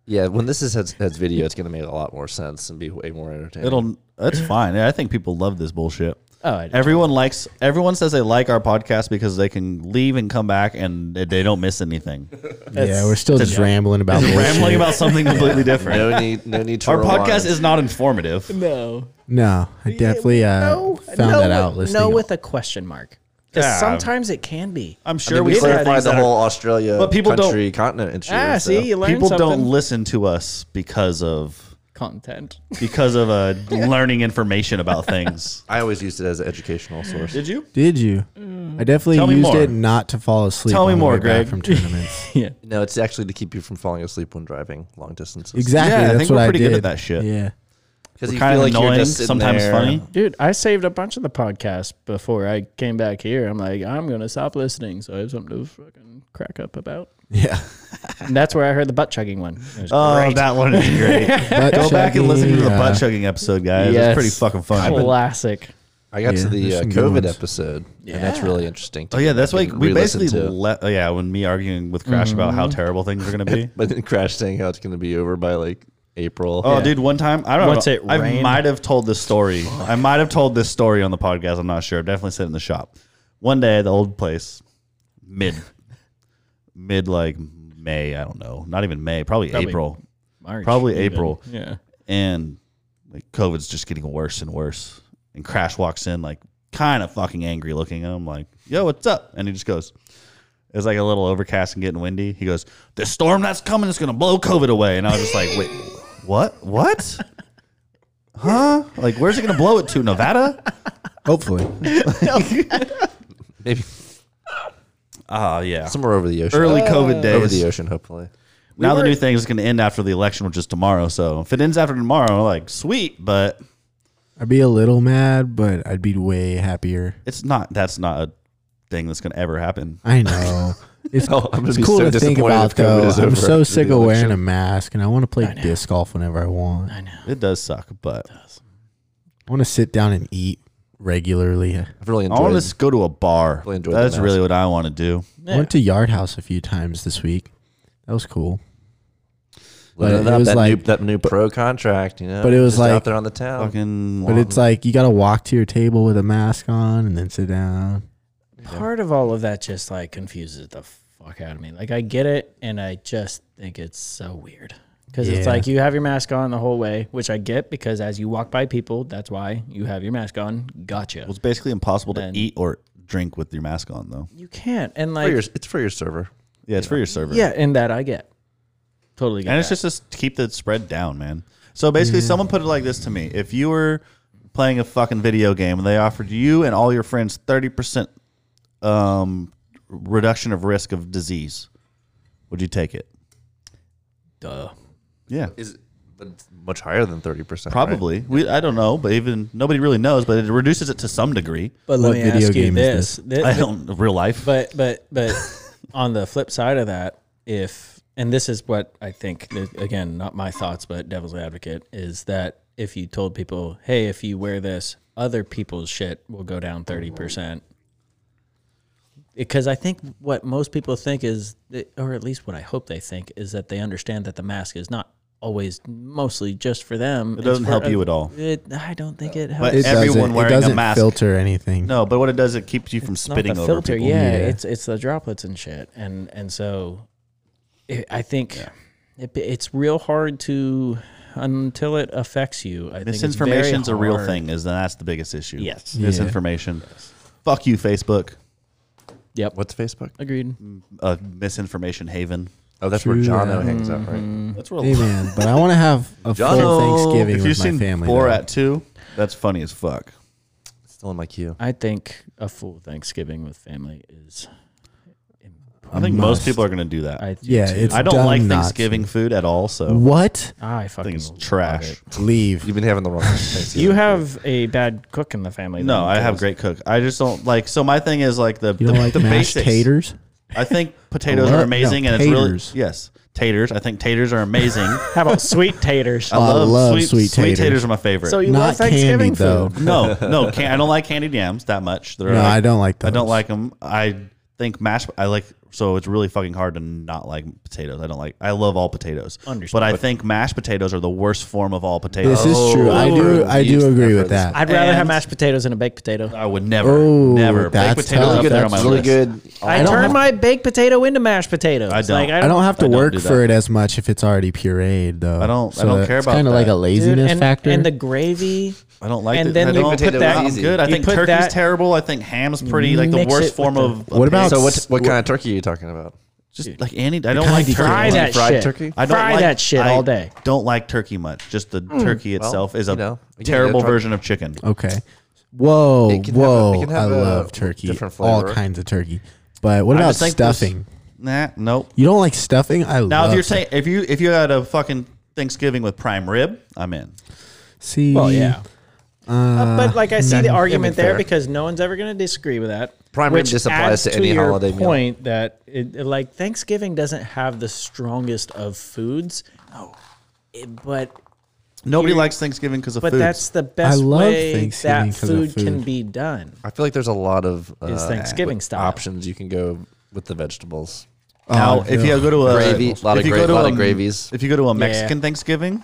[SPEAKER 4] Yeah, when this is has, has video, it's gonna make a lot more sense and be way more entertaining.
[SPEAKER 2] it'll. That's fine. I think people love this bullshit.
[SPEAKER 5] Oh, I do.
[SPEAKER 2] Everyone likes. Everyone says they like our podcast because they can leave and come back and they don't miss anything.
[SPEAKER 3] yeah, we're still just rambling about bullshit.
[SPEAKER 2] Rambling about something completely different.
[SPEAKER 4] no need no need to.
[SPEAKER 2] Our
[SPEAKER 4] rewind.
[SPEAKER 2] podcast is not informative.
[SPEAKER 5] no,
[SPEAKER 3] No, I definitely uh, found that out listening.
[SPEAKER 5] No, with a question mark. 'Cause
[SPEAKER 2] Yeah.
[SPEAKER 5] sometimes it can be.
[SPEAKER 2] I'm sure we
[SPEAKER 5] we've had
[SPEAKER 2] clarified
[SPEAKER 4] Clarified
[SPEAKER 5] things
[SPEAKER 4] the
[SPEAKER 5] that are-
[SPEAKER 4] whole Australia
[SPEAKER 2] But people don't-
[SPEAKER 4] country continent and shit.
[SPEAKER 5] Ah,
[SPEAKER 4] so.
[SPEAKER 5] see, you learn
[SPEAKER 2] People
[SPEAKER 5] something.
[SPEAKER 2] don't listen to us because of
[SPEAKER 5] content.
[SPEAKER 2] because of uh, learning information about things.
[SPEAKER 4] I always used it as an educational source.
[SPEAKER 2] Did you?
[SPEAKER 3] Did you? I definitely
[SPEAKER 2] Tell me
[SPEAKER 3] used
[SPEAKER 2] more.
[SPEAKER 3] it not to fall asleep.
[SPEAKER 2] Tell me
[SPEAKER 3] on the
[SPEAKER 2] more,
[SPEAKER 3] way back
[SPEAKER 2] Greg.
[SPEAKER 3] From tournaments.
[SPEAKER 5] yeah.
[SPEAKER 4] No, it's actually to keep you from falling asleep when driving long distances.
[SPEAKER 3] exactly.
[SPEAKER 2] Yeah, I
[SPEAKER 3] that's
[SPEAKER 2] think
[SPEAKER 3] what
[SPEAKER 2] we're
[SPEAKER 3] I
[SPEAKER 2] pretty
[SPEAKER 3] did.
[SPEAKER 2] good at that shit.
[SPEAKER 3] Yeah.
[SPEAKER 4] Because
[SPEAKER 2] Kind of annoying, sometimes funny.
[SPEAKER 5] Dude, I saved a bunch of the podcast before I came back here. I'm like, I'm gonna stop listening, so I have something to fucking crack up about.
[SPEAKER 3] Yeah.
[SPEAKER 5] And that's where I heard the butt chugging one. It was
[SPEAKER 2] Oh,
[SPEAKER 5] great.
[SPEAKER 2] that one is great. Go back and listen to the butt chugging episode, guys.
[SPEAKER 5] Yes.
[SPEAKER 2] It's pretty fucking funny.
[SPEAKER 5] classic.
[SPEAKER 4] I got
[SPEAKER 3] Yeah,
[SPEAKER 4] to the
[SPEAKER 3] there's
[SPEAKER 4] uh,
[SPEAKER 3] some good
[SPEAKER 4] COVID
[SPEAKER 3] ones.
[SPEAKER 4] episode, and that's really interesting. To
[SPEAKER 2] Oh yeah, that's
[SPEAKER 4] like
[SPEAKER 2] like we basically le- oh, yeah when me arguing with Crash about how terrible things are gonna be.
[SPEAKER 4] but then Crash saying how it's going to be over by like April.
[SPEAKER 2] Oh, dude, one time I don't
[SPEAKER 5] Once
[SPEAKER 2] know.
[SPEAKER 5] it
[SPEAKER 2] I
[SPEAKER 5] rained.
[SPEAKER 2] might have told this story. I might have told this story on the podcast. I'm not sure. I've definitely said it in the shop. One day at the old place, mid, mid like May. I don't know. Not even May. Probably,
[SPEAKER 5] Probably
[SPEAKER 2] April.
[SPEAKER 5] March,
[SPEAKER 2] Probably
[SPEAKER 5] even.
[SPEAKER 2] April.
[SPEAKER 5] Yeah.
[SPEAKER 2] And like COVID's just getting worse and worse. And Crash walks in like kind of fucking angry looking. And I'm like, Yo, what's up? And he just goes. It's like a little overcast and getting windy. He goes, "The storm that's coming is gonna blow COVID away." And I was just like, "Wait, what? What?" huh? Like, where's it gonna blow it to? Nevada?
[SPEAKER 3] Hopefully.
[SPEAKER 4] maybe
[SPEAKER 2] Oh yeah.
[SPEAKER 4] somewhere over the ocean.
[SPEAKER 2] Early COVID days.
[SPEAKER 4] over the ocean, hopefully.
[SPEAKER 2] now the new thing is gonna end after the election, which is tomorrow. So if it ends after tomorrow, like sweet, but
[SPEAKER 3] I'd be a little mad, but I'd be way happier.
[SPEAKER 2] it's not. That's not a thing that's gonna ever happen.
[SPEAKER 3] I know. It's,
[SPEAKER 4] Oh, I'm gonna
[SPEAKER 3] it's
[SPEAKER 4] be
[SPEAKER 3] cool
[SPEAKER 4] so
[SPEAKER 3] to think
[SPEAKER 4] disappointed
[SPEAKER 3] about,
[SPEAKER 4] if COVID
[SPEAKER 3] though.
[SPEAKER 4] is
[SPEAKER 3] I'm
[SPEAKER 4] over
[SPEAKER 3] so
[SPEAKER 4] after
[SPEAKER 3] sick
[SPEAKER 4] the
[SPEAKER 3] of wearing
[SPEAKER 4] election.
[SPEAKER 3] a mask, and I want to play disc golf whenever I want. I
[SPEAKER 2] It does suck, but
[SPEAKER 3] want to sit down and eat regularly.
[SPEAKER 4] I've
[SPEAKER 2] I
[SPEAKER 4] really enjoyed.
[SPEAKER 2] want to just go to a bar.
[SPEAKER 4] Really enjoyed the
[SPEAKER 2] That's
[SPEAKER 4] mask.
[SPEAKER 2] really what I want to do.
[SPEAKER 3] I went to Yard House a few times this week. That was cool. but
[SPEAKER 4] living
[SPEAKER 3] it
[SPEAKER 4] up
[SPEAKER 3] was
[SPEAKER 4] that
[SPEAKER 3] like-
[SPEAKER 4] new, that new pro contract, you know.
[SPEAKER 3] but it was
[SPEAKER 4] just
[SPEAKER 3] like-
[SPEAKER 4] out there on the town.
[SPEAKER 2] Fucking.
[SPEAKER 3] But it's like you got to walk to your table with a mask on and then sit down.
[SPEAKER 5] Part of all of that just like confuses the fuck out of me. Like I get it, and I just think it's so weird because it's
[SPEAKER 3] Yeah.
[SPEAKER 5] like you have your mask on the whole way, which I get because as you walk by people, that's why you have your mask on. Gotcha.
[SPEAKER 2] Well, uh, it's basically impossible
[SPEAKER 5] Then-
[SPEAKER 2] to eat or drink with your mask on, though.
[SPEAKER 5] You can't, and
[SPEAKER 4] For
[SPEAKER 5] like
[SPEAKER 4] your, it's for your server.
[SPEAKER 2] Yeah, it's for your server.
[SPEAKER 5] yeah, and that I get totally get.
[SPEAKER 2] and it's
[SPEAKER 5] that.
[SPEAKER 2] just to s- to keep the spread down, man. So basically, someone put it like this to me: If you were playing a fucking video game and they offered you and all your friends thirty percent um, reduction of risk of disease, would you take it?
[SPEAKER 5] duh.
[SPEAKER 2] Yeah,
[SPEAKER 4] Is but it's much higher than thirty percent.
[SPEAKER 2] probably. We, I don't know, but even nobody really knows. But it reduces it to some degree.
[SPEAKER 5] But
[SPEAKER 3] What
[SPEAKER 5] let me
[SPEAKER 3] video
[SPEAKER 5] ask you
[SPEAKER 3] game is
[SPEAKER 5] this. Thi-
[SPEAKER 2] I don't real life.
[SPEAKER 5] But but but on the flip side of that, if and this is what I think that- again, not my thoughts, but devil's advocate is that if you told people, hey, if you wear this, other people's shit will go down thirty percent. Because I think what most people think is, that- or at least what I hope they think, is that they understand that the mask is not always mostly just for them.
[SPEAKER 2] it doesn't help you at all.
[SPEAKER 5] It, I don't think it helps.
[SPEAKER 2] But everyone
[SPEAKER 3] doesn't,
[SPEAKER 2] wearing
[SPEAKER 3] it doesn't
[SPEAKER 2] a mask.
[SPEAKER 3] filter anything.
[SPEAKER 2] No, but what it does, it keeps you from
[SPEAKER 5] Not
[SPEAKER 2] spitting
[SPEAKER 5] the
[SPEAKER 2] over
[SPEAKER 5] filter.
[SPEAKER 2] people.
[SPEAKER 5] Yeah,
[SPEAKER 3] Yeah.
[SPEAKER 5] it's it's the droplets and shit, and and so it, I think it, it's real hard to until it affects you. I think it's very
[SPEAKER 2] Misinformation's a real
[SPEAKER 5] hard.
[SPEAKER 2] thing, is that's the biggest issue.
[SPEAKER 5] Yes. Yeah.
[SPEAKER 2] misinformation. Fuck you, Facebook.
[SPEAKER 5] Yep,
[SPEAKER 4] What's Facebook?
[SPEAKER 5] agreed.
[SPEAKER 2] A misinformation haven.
[SPEAKER 4] Oh, that's
[SPEAKER 3] True
[SPEAKER 4] where Jono
[SPEAKER 3] that.
[SPEAKER 4] hangs out, right?
[SPEAKER 5] Mm-hmm.
[SPEAKER 2] That's where
[SPEAKER 3] Hey, man, but I want to have a full Thanksgiving
[SPEAKER 2] if
[SPEAKER 3] with
[SPEAKER 2] you've
[SPEAKER 3] my
[SPEAKER 2] seen
[SPEAKER 3] family.
[SPEAKER 2] Borat too, that's funny as fuck.
[SPEAKER 4] Still in my queue.
[SPEAKER 5] I think a full Thanksgiving with family is.
[SPEAKER 2] I think
[SPEAKER 3] Must.
[SPEAKER 2] most people are gonna do that.
[SPEAKER 5] I
[SPEAKER 2] I,
[SPEAKER 5] do
[SPEAKER 3] Yeah,
[SPEAKER 5] too.
[SPEAKER 3] it's-
[SPEAKER 5] I,
[SPEAKER 2] don't
[SPEAKER 3] dumb
[SPEAKER 2] like
[SPEAKER 3] not to.
[SPEAKER 2] Thanksgiving food at all,
[SPEAKER 3] though.
[SPEAKER 2] so
[SPEAKER 3] What?
[SPEAKER 5] I
[SPEAKER 2] I
[SPEAKER 5] fucking
[SPEAKER 2] think it's
[SPEAKER 5] love
[SPEAKER 2] trash.
[SPEAKER 5] it.
[SPEAKER 3] Leave.
[SPEAKER 4] You've been having the wrong. Thanksgiving.
[SPEAKER 5] You have a bad cook in the family.
[SPEAKER 2] No,
[SPEAKER 5] then,
[SPEAKER 2] I have
[SPEAKER 5] because-
[SPEAKER 2] great cook. I just don't like so my thing is like the,
[SPEAKER 3] You
[SPEAKER 2] the,
[SPEAKER 3] don't like
[SPEAKER 2] the
[SPEAKER 3] mashed
[SPEAKER 2] basics.
[SPEAKER 3] taters?
[SPEAKER 2] I think potatoes
[SPEAKER 3] What?
[SPEAKER 2] are amazing
[SPEAKER 3] No,
[SPEAKER 2] and it's
[SPEAKER 3] taters.
[SPEAKER 2] really yes. Taters. I think taters are amazing.
[SPEAKER 5] How about sweet taters?
[SPEAKER 2] I
[SPEAKER 3] I
[SPEAKER 2] love,
[SPEAKER 3] love
[SPEAKER 2] sweet,
[SPEAKER 3] sweet
[SPEAKER 2] sweet
[SPEAKER 3] taters.
[SPEAKER 2] taters are my favorite.
[SPEAKER 5] so you
[SPEAKER 3] Not
[SPEAKER 5] love
[SPEAKER 3] candy,
[SPEAKER 5] Thanksgiving food?
[SPEAKER 3] though.
[SPEAKER 2] No, no, can, I don't like candied yams that much. They're
[SPEAKER 3] No,
[SPEAKER 2] like-
[SPEAKER 3] I don't like
[SPEAKER 2] I don't
[SPEAKER 3] those.
[SPEAKER 2] like them. I think mashed. I like so it's really fucking hard to not like potatoes. I don't like. I love all potatoes,
[SPEAKER 5] Understood.
[SPEAKER 2] but I think mashed potatoes are the worst form of all potatoes.
[SPEAKER 3] This is true.
[SPEAKER 2] Oh,
[SPEAKER 3] I do.
[SPEAKER 4] Lord.
[SPEAKER 3] I
[SPEAKER 4] Yes,
[SPEAKER 3] do agree
[SPEAKER 4] I've
[SPEAKER 3] with
[SPEAKER 4] heard this.
[SPEAKER 3] that.
[SPEAKER 5] I'd rather have
[SPEAKER 2] And-
[SPEAKER 5] mashed potatoes than a baked potato.
[SPEAKER 2] I would never,
[SPEAKER 3] Oh,
[SPEAKER 2] never baked
[SPEAKER 3] that's
[SPEAKER 2] potatoes
[SPEAKER 3] tough.
[SPEAKER 2] up there on
[SPEAKER 3] That's
[SPEAKER 2] my
[SPEAKER 4] really
[SPEAKER 2] list.
[SPEAKER 4] good.
[SPEAKER 5] I,
[SPEAKER 4] don't
[SPEAKER 5] turn
[SPEAKER 4] have-
[SPEAKER 5] my baked potato into mashed potatoes.
[SPEAKER 2] I don't.
[SPEAKER 5] Like,
[SPEAKER 2] I
[SPEAKER 3] I don't have to
[SPEAKER 2] I don't
[SPEAKER 3] work
[SPEAKER 2] do
[SPEAKER 3] for
[SPEAKER 2] that.
[SPEAKER 3] it as much if it's already pureed, though.
[SPEAKER 2] I don't- I don't care about
[SPEAKER 3] Kind of like
[SPEAKER 2] that.
[SPEAKER 3] a laziness
[SPEAKER 5] and,
[SPEAKER 3] factor.
[SPEAKER 5] And the gravy.
[SPEAKER 2] I don't like
[SPEAKER 5] And
[SPEAKER 2] it.
[SPEAKER 5] then
[SPEAKER 2] I
[SPEAKER 5] they
[SPEAKER 2] don't
[SPEAKER 5] put
[SPEAKER 2] put
[SPEAKER 5] that-
[SPEAKER 2] that. I'm
[SPEAKER 4] easy.
[SPEAKER 2] good. I
[SPEAKER 5] you
[SPEAKER 2] think
[SPEAKER 5] put
[SPEAKER 2] turkey's
[SPEAKER 5] that-
[SPEAKER 2] terrible. I think ham's pretty like the
[SPEAKER 5] Mix it
[SPEAKER 2] worst
[SPEAKER 5] with
[SPEAKER 2] form
[SPEAKER 5] the-
[SPEAKER 2] of.
[SPEAKER 3] What about
[SPEAKER 4] So what what kind of turkey are you talking about?
[SPEAKER 2] Just like any, I don't like turkey.
[SPEAKER 5] Fry that
[SPEAKER 4] fried
[SPEAKER 5] shit.
[SPEAKER 4] turkey?
[SPEAKER 2] I don't
[SPEAKER 5] Fry
[SPEAKER 2] like,
[SPEAKER 5] that shit
[SPEAKER 2] I
[SPEAKER 5] all day. Hmm.
[SPEAKER 2] Don't like turkey much. Just the turkey itself is a
[SPEAKER 4] you know, again,
[SPEAKER 2] terrible
[SPEAKER 4] that's right.
[SPEAKER 2] version of chicken.
[SPEAKER 3] okay. Whoa,
[SPEAKER 4] It can have a-
[SPEAKER 3] whoa!
[SPEAKER 4] it can
[SPEAKER 3] I
[SPEAKER 4] have a
[SPEAKER 3] love turkey.
[SPEAKER 4] different
[SPEAKER 3] All
[SPEAKER 4] flavor.
[SPEAKER 3] kinds of turkey. But what
[SPEAKER 2] I
[SPEAKER 3] about
[SPEAKER 2] just think this-
[SPEAKER 3] stuffing?
[SPEAKER 2] Nah, nope.
[SPEAKER 3] You don't like stuffing? I
[SPEAKER 2] Now,
[SPEAKER 3] love
[SPEAKER 2] if you're saying if you if you had a fucking Thanksgiving with prime rib, I'm in.
[SPEAKER 3] See,
[SPEAKER 5] Well, yeah.
[SPEAKER 3] uh,
[SPEAKER 5] but like I see the argument there
[SPEAKER 4] fair.
[SPEAKER 5] because no one's ever going to disagree with that.
[SPEAKER 4] Prime rib
[SPEAKER 5] which
[SPEAKER 4] just applies to
[SPEAKER 5] adds
[SPEAKER 4] any
[SPEAKER 5] your
[SPEAKER 4] holiday meal.
[SPEAKER 5] point that it, it, like Thanksgiving doesn't have the strongest of foods. No, It- but
[SPEAKER 2] Nobody
[SPEAKER 5] You're-
[SPEAKER 2] likes Thanksgiving because of
[SPEAKER 5] but
[SPEAKER 2] food.
[SPEAKER 5] that's the best
[SPEAKER 3] love
[SPEAKER 5] way
[SPEAKER 3] Thanksgiving
[SPEAKER 5] that
[SPEAKER 3] 'cause of
[SPEAKER 5] food, can
[SPEAKER 3] food.
[SPEAKER 5] be done.
[SPEAKER 4] I feel like there's a lot of uh,
[SPEAKER 5] It's Thanksgiving
[SPEAKER 4] with-
[SPEAKER 5] style.
[SPEAKER 4] options you can go with the vegetables.
[SPEAKER 2] now
[SPEAKER 3] Oh,
[SPEAKER 2] if
[SPEAKER 3] yeah.
[SPEAKER 2] you go to a
[SPEAKER 4] Gravy,
[SPEAKER 2] if
[SPEAKER 4] lot of
[SPEAKER 2] you
[SPEAKER 4] gra-
[SPEAKER 2] go to
[SPEAKER 4] lot
[SPEAKER 2] a-
[SPEAKER 4] of gravies.
[SPEAKER 2] if you go to a Mexican Thanksgiving,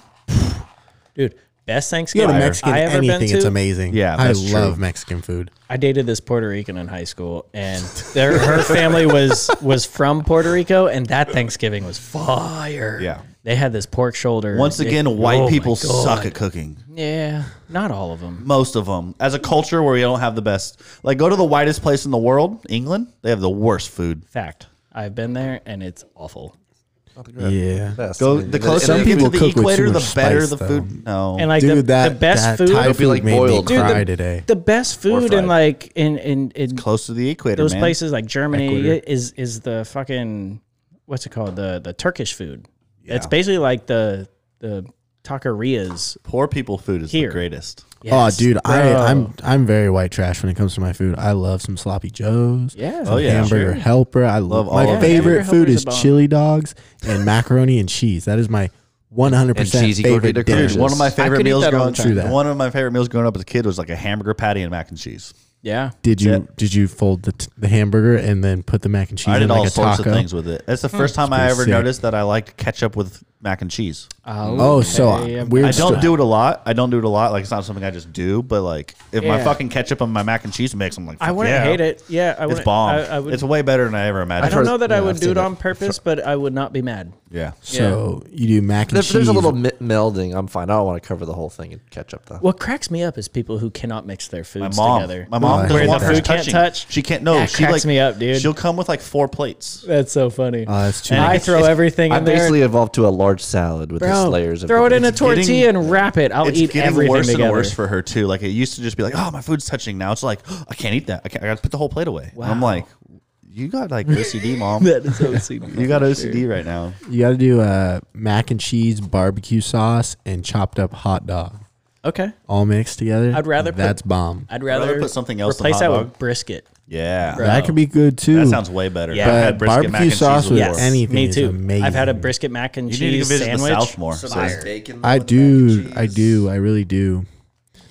[SPEAKER 5] Dude, best
[SPEAKER 3] you go
[SPEAKER 5] Thanksgiving
[SPEAKER 3] to Mexican
[SPEAKER 5] I ever
[SPEAKER 3] anything,
[SPEAKER 5] been to.
[SPEAKER 3] it's amazing.
[SPEAKER 2] Yeah,
[SPEAKER 3] I
[SPEAKER 2] that's true.
[SPEAKER 3] love Mexican food.
[SPEAKER 5] I dated this Puerto Rican in high school, and their, her family was was from Puerto Rico, and that Thanksgiving was fire.
[SPEAKER 2] Yeah.
[SPEAKER 5] they had this pork shoulder.
[SPEAKER 2] once
[SPEAKER 5] It-
[SPEAKER 2] again,
[SPEAKER 5] oh
[SPEAKER 2] white
[SPEAKER 5] my
[SPEAKER 2] people
[SPEAKER 5] God.
[SPEAKER 2] suck at cooking.
[SPEAKER 5] Yeah, not all of them.
[SPEAKER 2] Most of them, as a culture where we don't have the best. Like, go to the whitest place in the world, England. They have the worst food.
[SPEAKER 5] Fact, I've been there, and it's awful.
[SPEAKER 4] Oh,
[SPEAKER 3] Yeah.
[SPEAKER 4] Best.
[SPEAKER 2] Go
[SPEAKER 4] I mean,
[SPEAKER 2] the
[SPEAKER 4] it-
[SPEAKER 2] closer
[SPEAKER 4] it-
[SPEAKER 2] you
[SPEAKER 4] it-
[SPEAKER 2] get to
[SPEAKER 3] people
[SPEAKER 2] the
[SPEAKER 3] cook with too
[SPEAKER 2] equator, the
[SPEAKER 3] much
[SPEAKER 2] better
[SPEAKER 3] spice,
[SPEAKER 2] the
[SPEAKER 3] though.
[SPEAKER 2] food. No,
[SPEAKER 5] And like
[SPEAKER 3] Dude,
[SPEAKER 5] the,
[SPEAKER 3] that
[SPEAKER 5] the best
[SPEAKER 3] that
[SPEAKER 5] food,
[SPEAKER 3] Thai
[SPEAKER 4] It'll be
[SPEAKER 3] food
[SPEAKER 4] like
[SPEAKER 3] made
[SPEAKER 4] boiled.
[SPEAKER 3] me
[SPEAKER 4] Dude,
[SPEAKER 5] the-
[SPEAKER 3] cry today.
[SPEAKER 5] the best food in
[SPEAKER 4] fried.
[SPEAKER 5] like in in, in
[SPEAKER 2] close to the equator,
[SPEAKER 5] those
[SPEAKER 2] man.
[SPEAKER 5] places like Germany
[SPEAKER 3] Ecuador.
[SPEAKER 5] is is the fucking what's it called the the Turkish food. It's basically like the the taquerias.
[SPEAKER 2] Poor people food is
[SPEAKER 5] Here.
[SPEAKER 2] the greatest.
[SPEAKER 5] Yes,
[SPEAKER 3] oh, dude,
[SPEAKER 5] bro.
[SPEAKER 3] I, I'm I'm very white trash when it comes to my food. I love some sloppy joes.
[SPEAKER 5] Yeah.
[SPEAKER 3] some
[SPEAKER 2] Oh, yeah.
[SPEAKER 3] hamburger
[SPEAKER 2] Sure.
[SPEAKER 3] helper. I love,
[SPEAKER 2] all
[SPEAKER 3] my
[SPEAKER 2] of it.
[SPEAKER 5] Hamburger
[SPEAKER 3] favorite food
[SPEAKER 5] helper's
[SPEAKER 3] is
[SPEAKER 5] a bomb.
[SPEAKER 3] chili dogs and macaroni and cheese. That is my 100
[SPEAKER 4] And
[SPEAKER 3] percent
[SPEAKER 4] cheesy gordita
[SPEAKER 3] favorite
[SPEAKER 4] crunches.
[SPEAKER 3] dinner.
[SPEAKER 2] Dude, one of my favorite
[SPEAKER 5] could eat
[SPEAKER 2] meals
[SPEAKER 5] that all
[SPEAKER 2] growing
[SPEAKER 5] the
[SPEAKER 3] time. True that.
[SPEAKER 2] One of my favorite meals growing up as a kid was like a hamburger patty and mac and cheese.
[SPEAKER 5] yeah.
[SPEAKER 3] Did you did you fold the, t- the hamburger and then put the mac and cheese
[SPEAKER 2] I
[SPEAKER 3] in
[SPEAKER 2] did
[SPEAKER 3] like
[SPEAKER 2] all
[SPEAKER 3] a
[SPEAKER 2] sorts
[SPEAKER 3] taco?
[SPEAKER 2] of things with it. That's
[SPEAKER 5] Hmm.
[SPEAKER 2] the first time I
[SPEAKER 3] pretty
[SPEAKER 2] ever
[SPEAKER 3] sick.
[SPEAKER 2] noticed that I liked ketchup with mac and cheese.
[SPEAKER 3] Oh, so
[SPEAKER 5] Okay,
[SPEAKER 3] I,
[SPEAKER 5] I'm-
[SPEAKER 3] weird.
[SPEAKER 2] I don't
[SPEAKER 3] sto-
[SPEAKER 2] do it a lot. I don't do it a lot. Like it's not something I just do. But like if my
[SPEAKER 5] Yeah.
[SPEAKER 2] fucking ketchup on my mac and cheese mix, I'm like,
[SPEAKER 5] I
[SPEAKER 2] fuck
[SPEAKER 5] wouldn't
[SPEAKER 2] yeah.
[SPEAKER 5] hate it. Yeah, I
[SPEAKER 2] It's
[SPEAKER 5] would.
[SPEAKER 2] bomb.
[SPEAKER 5] I, I would.
[SPEAKER 2] it's way better than I ever imagined.
[SPEAKER 5] I don't know that I
[SPEAKER 3] yeah,
[SPEAKER 5] would
[SPEAKER 3] I've
[SPEAKER 5] do
[SPEAKER 3] seen
[SPEAKER 5] it
[SPEAKER 3] it.
[SPEAKER 5] on purpose, but I would not be mad.
[SPEAKER 2] Yeah.
[SPEAKER 3] So you do mac and
[SPEAKER 4] If
[SPEAKER 3] cheese.
[SPEAKER 4] there's a little mi- melding, I'm fine. I don't want to cover the whole thing in ketchup though.
[SPEAKER 5] What cracks me up is people who cannot mix their
[SPEAKER 2] My
[SPEAKER 5] foods
[SPEAKER 2] mom.
[SPEAKER 5] together.
[SPEAKER 2] My mom
[SPEAKER 5] Where
[SPEAKER 2] doesn't
[SPEAKER 5] the
[SPEAKER 2] want
[SPEAKER 5] food
[SPEAKER 2] food
[SPEAKER 5] can't
[SPEAKER 2] touching.
[SPEAKER 5] touch.
[SPEAKER 2] She can't. No,
[SPEAKER 5] That
[SPEAKER 2] she
[SPEAKER 5] cracks
[SPEAKER 2] like
[SPEAKER 5] me up, dude.
[SPEAKER 2] She'll come with like four plates.
[SPEAKER 5] That's so funny.
[SPEAKER 3] Oh, that's too
[SPEAKER 5] and I
[SPEAKER 3] much.
[SPEAKER 5] throw everything
[SPEAKER 4] I
[SPEAKER 5] in there.
[SPEAKER 4] basically evolved to a large salad with
[SPEAKER 5] Bro,
[SPEAKER 4] its layers of
[SPEAKER 5] throw it in a
[SPEAKER 4] different-
[SPEAKER 5] tortilla
[SPEAKER 2] getting-
[SPEAKER 5] and wrap it. I'll
[SPEAKER 2] it's
[SPEAKER 5] eat
[SPEAKER 2] getting
[SPEAKER 5] everything
[SPEAKER 2] worse
[SPEAKER 5] together.
[SPEAKER 2] and worse for her too. Like it used to just be like, oh, my food's touching. Now it's like, "Oh, I can't eat that. I, can't, I got to put the whole plate away. And I'm
[SPEAKER 5] Wow.
[SPEAKER 2] like, you got like OCD, mom.
[SPEAKER 5] that is OCD.
[SPEAKER 2] you got OCD right now.
[SPEAKER 3] You got to do uh, mac and cheese, barbecue sauce, and chopped up hot dog,
[SPEAKER 5] Okay.
[SPEAKER 3] all mixed together.
[SPEAKER 5] I'd rather put-
[SPEAKER 3] that's bomb.
[SPEAKER 5] I'd
[SPEAKER 2] rather
[SPEAKER 5] rather,
[SPEAKER 2] put something else than
[SPEAKER 5] Replace
[SPEAKER 2] hot
[SPEAKER 5] that
[SPEAKER 2] dog.
[SPEAKER 5] with brisket.
[SPEAKER 2] Yeah,
[SPEAKER 5] Right.
[SPEAKER 3] that could be good too.
[SPEAKER 2] that sounds way better.
[SPEAKER 5] Yeah.
[SPEAKER 2] I've
[SPEAKER 3] But
[SPEAKER 2] had brisket mac
[SPEAKER 3] barbecue
[SPEAKER 2] and cheese
[SPEAKER 3] sauce with
[SPEAKER 2] before.
[SPEAKER 5] Yes,
[SPEAKER 3] anything
[SPEAKER 5] me
[SPEAKER 3] is
[SPEAKER 5] too. I've had a
[SPEAKER 3] amazing.
[SPEAKER 5] brisket mac and
[SPEAKER 2] You
[SPEAKER 5] cheese
[SPEAKER 2] need to go visit
[SPEAKER 5] sandwich.
[SPEAKER 2] the South more.
[SPEAKER 5] Fire.
[SPEAKER 3] I do. I do. I really do.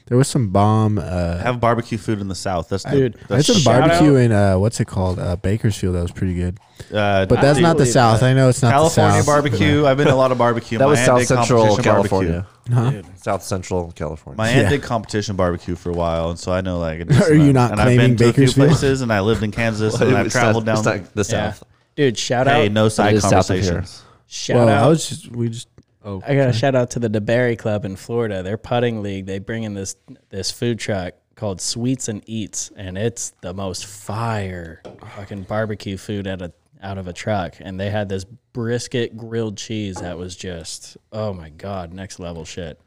[SPEAKER 3] There was some bomb. Uh,
[SPEAKER 2] Have barbecue food in the South. That's the,
[SPEAKER 5] Dude,
[SPEAKER 3] I had
[SPEAKER 2] that's
[SPEAKER 3] some
[SPEAKER 2] sh-
[SPEAKER 5] shout
[SPEAKER 3] barbecue
[SPEAKER 5] out.
[SPEAKER 3] in uh, what's it called? Uh, Bakersfield. That was pretty good.
[SPEAKER 2] uh,
[SPEAKER 3] But that's
[SPEAKER 2] dude,
[SPEAKER 3] not the
[SPEAKER 5] believe
[SPEAKER 3] South. I know it's not
[SPEAKER 2] California
[SPEAKER 3] the South. uh,
[SPEAKER 2] barbecue. I've been to a lot of barbecue.
[SPEAKER 4] That
[SPEAKER 2] My
[SPEAKER 4] was
[SPEAKER 2] aunt
[SPEAKER 4] South
[SPEAKER 2] did
[SPEAKER 4] Central
[SPEAKER 2] competition barbecue.
[SPEAKER 4] California.
[SPEAKER 3] Huh?
[SPEAKER 4] South Central California.
[SPEAKER 2] My aunt
[SPEAKER 3] Yeah.
[SPEAKER 2] did competition barbecue for a while, and so I know like.
[SPEAKER 3] Are you not
[SPEAKER 2] and I've been
[SPEAKER 3] claiming
[SPEAKER 2] to a few
[SPEAKER 3] Bakersfield?
[SPEAKER 2] places, and I lived in Kansas, and I've
[SPEAKER 4] It's
[SPEAKER 2] traveled
[SPEAKER 4] not-
[SPEAKER 2] down.
[SPEAKER 4] It's not the
[SPEAKER 5] Yeah.
[SPEAKER 4] South.
[SPEAKER 5] Dude, shout
[SPEAKER 2] Hey,
[SPEAKER 5] out.
[SPEAKER 2] no side
[SPEAKER 4] is south of here.
[SPEAKER 2] conversations.
[SPEAKER 5] Shout
[SPEAKER 3] Well,
[SPEAKER 5] out.
[SPEAKER 3] I was just we just. Oh,
[SPEAKER 5] I got a shout out to the DeBerry Club in Florida. Their putting league. They bring in this this food truck called Sweets and Eats, and it's the most fire fucking barbecue food out of out of a truck. And they had this brisket grilled cheese that was just oh my god, next level shit.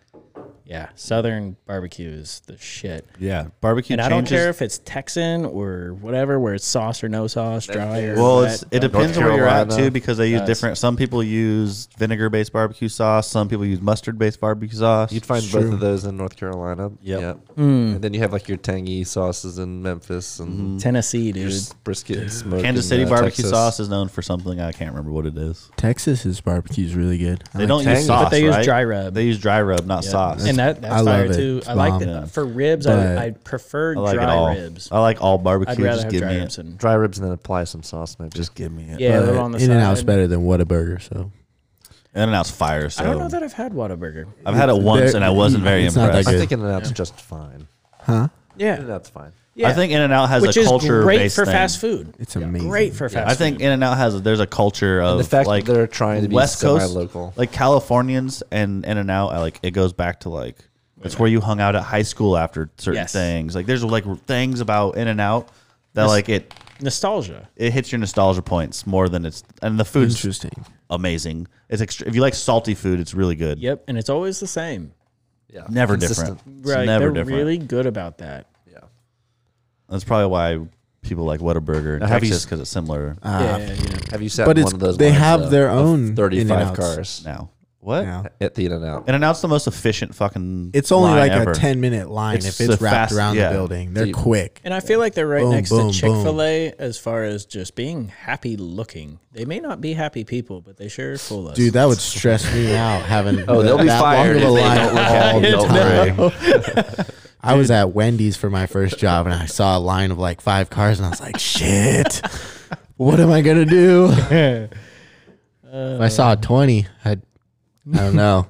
[SPEAKER 5] Yeah, Southern barbecue is the shit.
[SPEAKER 2] Yeah, barbecue.
[SPEAKER 5] And I don't
[SPEAKER 2] changes-
[SPEAKER 5] care if it's Texan or whatever, where it's sauce or no sauce, dry or
[SPEAKER 2] Well,
[SPEAKER 5] wet.
[SPEAKER 2] it's, it depends where you're at
[SPEAKER 4] Carolina.
[SPEAKER 2] too, because they use different. Some people use vinegar-based barbecue sauce. Some people use mustard-based barbecue sauce.
[SPEAKER 4] You'd find both of those in North Carolina.
[SPEAKER 2] Yep.
[SPEAKER 4] And then you have like your tangy sauces in Memphis
[SPEAKER 5] Mm-hmm.
[SPEAKER 4] and
[SPEAKER 5] Tennessee, dude.
[SPEAKER 4] your s- brisket and smoke.
[SPEAKER 2] Kansas
[SPEAKER 4] in,
[SPEAKER 2] City
[SPEAKER 4] uh,
[SPEAKER 2] barbecue
[SPEAKER 4] Texas.
[SPEAKER 2] sauce is known for something I can't remember what it is.
[SPEAKER 3] Texas's barbecue is really good.
[SPEAKER 2] They
[SPEAKER 3] I like
[SPEAKER 2] don't
[SPEAKER 4] tangy.
[SPEAKER 2] use sauce,
[SPEAKER 5] But they use
[SPEAKER 2] right?
[SPEAKER 5] dry rub.
[SPEAKER 2] They use dry rub, not sauce.
[SPEAKER 5] and mean that that's
[SPEAKER 3] I
[SPEAKER 5] fire
[SPEAKER 3] love it.
[SPEAKER 5] too.
[SPEAKER 3] It's
[SPEAKER 5] I like
[SPEAKER 3] bomb.
[SPEAKER 5] that. For ribs,
[SPEAKER 3] But-
[SPEAKER 5] I, I prefer
[SPEAKER 2] I like it all.
[SPEAKER 5] dry ribs.
[SPEAKER 2] I like all barbecue.
[SPEAKER 5] I'd rather
[SPEAKER 2] just
[SPEAKER 5] have
[SPEAKER 2] give
[SPEAKER 5] dry
[SPEAKER 2] me
[SPEAKER 5] ribs
[SPEAKER 2] it.
[SPEAKER 5] and
[SPEAKER 4] Dry ribs and then apply some sauce, maybe.
[SPEAKER 2] Just give me it.
[SPEAKER 5] yeah, they're on the
[SPEAKER 3] uh, In and Out's
[SPEAKER 5] side.
[SPEAKER 3] better than Whataburger, so
[SPEAKER 2] In and out's fire. So
[SPEAKER 5] I don't know that I've had Whataburger.
[SPEAKER 2] I've had it once
[SPEAKER 3] They're-
[SPEAKER 2] and I wasn't very
[SPEAKER 3] it's not that
[SPEAKER 2] impressed.
[SPEAKER 4] I
[SPEAKER 3] good.
[SPEAKER 4] think In and Out's just fine.
[SPEAKER 3] huh?
[SPEAKER 4] In and
[SPEAKER 5] Yeah,
[SPEAKER 4] Out's fine.
[SPEAKER 5] yeah.
[SPEAKER 2] I think In and Out has
[SPEAKER 5] which
[SPEAKER 2] a
[SPEAKER 5] is
[SPEAKER 2] culture
[SPEAKER 5] great
[SPEAKER 2] based
[SPEAKER 5] for
[SPEAKER 2] thing.
[SPEAKER 5] fast food.
[SPEAKER 3] It's amazing.
[SPEAKER 5] Great for fast.
[SPEAKER 2] I think
[SPEAKER 5] food.
[SPEAKER 2] In and Out has a, there's a culture of
[SPEAKER 4] the fact that
[SPEAKER 2] like
[SPEAKER 4] they're trying to be
[SPEAKER 2] West Coast
[SPEAKER 4] semi-local.
[SPEAKER 2] like Californians and In and Out. I like it goes back to like that's where you hung out at high school after certain
[SPEAKER 5] Yes.
[SPEAKER 2] things. Like there's like things about In and Out that like it
[SPEAKER 5] nostalgia.
[SPEAKER 2] it hits your nostalgia points more than it's and the food's
[SPEAKER 3] Interesting.
[SPEAKER 2] amazing. It's extra, if you like salty food, it's really good.
[SPEAKER 5] Yep, and it's always the same.
[SPEAKER 4] Yeah.
[SPEAKER 2] Never
[SPEAKER 4] Consistent.
[SPEAKER 2] different. It's
[SPEAKER 5] Right,
[SPEAKER 2] never
[SPEAKER 5] they're
[SPEAKER 2] different.
[SPEAKER 5] really good about that.
[SPEAKER 4] Yeah.
[SPEAKER 2] That's probably why people like Whataburger in
[SPEAKER 4] Now, have you
[SPEAKER 2] Texas
[SPEAKER 4] s-
[SPEAKER 2] because it's similar
[SPEAKER 5] Yeah, yeah, yeah.
[SPEAKER 4] Have you sat
[SPEAKER 3] But
[SPEAKER 4] in
[SPEAKER 3] it's-
[SPEAKER 4] one of those?
[SPEAKER 3] they
[SPEAKER 4] lines,
[SPEAKER 3] have
[SPEAKER 4] though,
[SPEAKER 3] their
[SPEAKER 4] of
[SPEAKER 3] own
[SPEAKER 4] thirty-five
[SPEAKER 3] In-N-Outs.
[SPEAKER 4] cars
[SPEAKER 2] now. What?
[SPEAKER 3] Yeah.
[SPEAKER 4] at the In and Out.
[SPEAKER 2] In and Out's the most efficient fucking.
[SPEAKER 3] It's only
[SPEAKER 2] line
[SPEAKER 3] like
[SPEAKER 2] ever.
[SPEAKER 3] a ten minute line
[SPEAKER 2] It's
[SPEAKER 3] if it's
[SPEAKER 2] the
[SPEAKER 3] wrapped
[SPEAKER 2] fast-
[SPEAKER 3] around
[SPEAKER 2] yeah.
[SPEAKER 3] the building. They're
[SPEAKER 4] you-
[SPEAKER 3] quick.
[SPEAKER 5] And I feel like they're right
[SPEAKER 3] Boom,
[SPEAKER 5] next
[SPEAKER 3] boom,
[SPEAKER 5] to
[SPEAKER 3] boom.
[SPEAKER 5] Chick Fil A as far as just being happy looking. They may not be happy people, but they sure fool us.
[SPEAKER 3] Dude, that would stress me out having
[SPEAKER 4] Oh, they'll be
[SPEAKER 3] that long of
[SPEAKER 4] fired if
[SPEAKER 3] a
[SPEAKER 4] they
[SPEAKER 3] line
[SPEAKER 4] don't look
[SPEAKER 3] all
[SPEAKER 4] happy.
[SPEAKER 3] the
[SPEAKER 4] Don't
[SPEAKER 3] time. I was at Wendy's for my first job and I saw a line of like five cars and I was like, shit, what am I going to do? if I saw a 20, I'd, I don't know.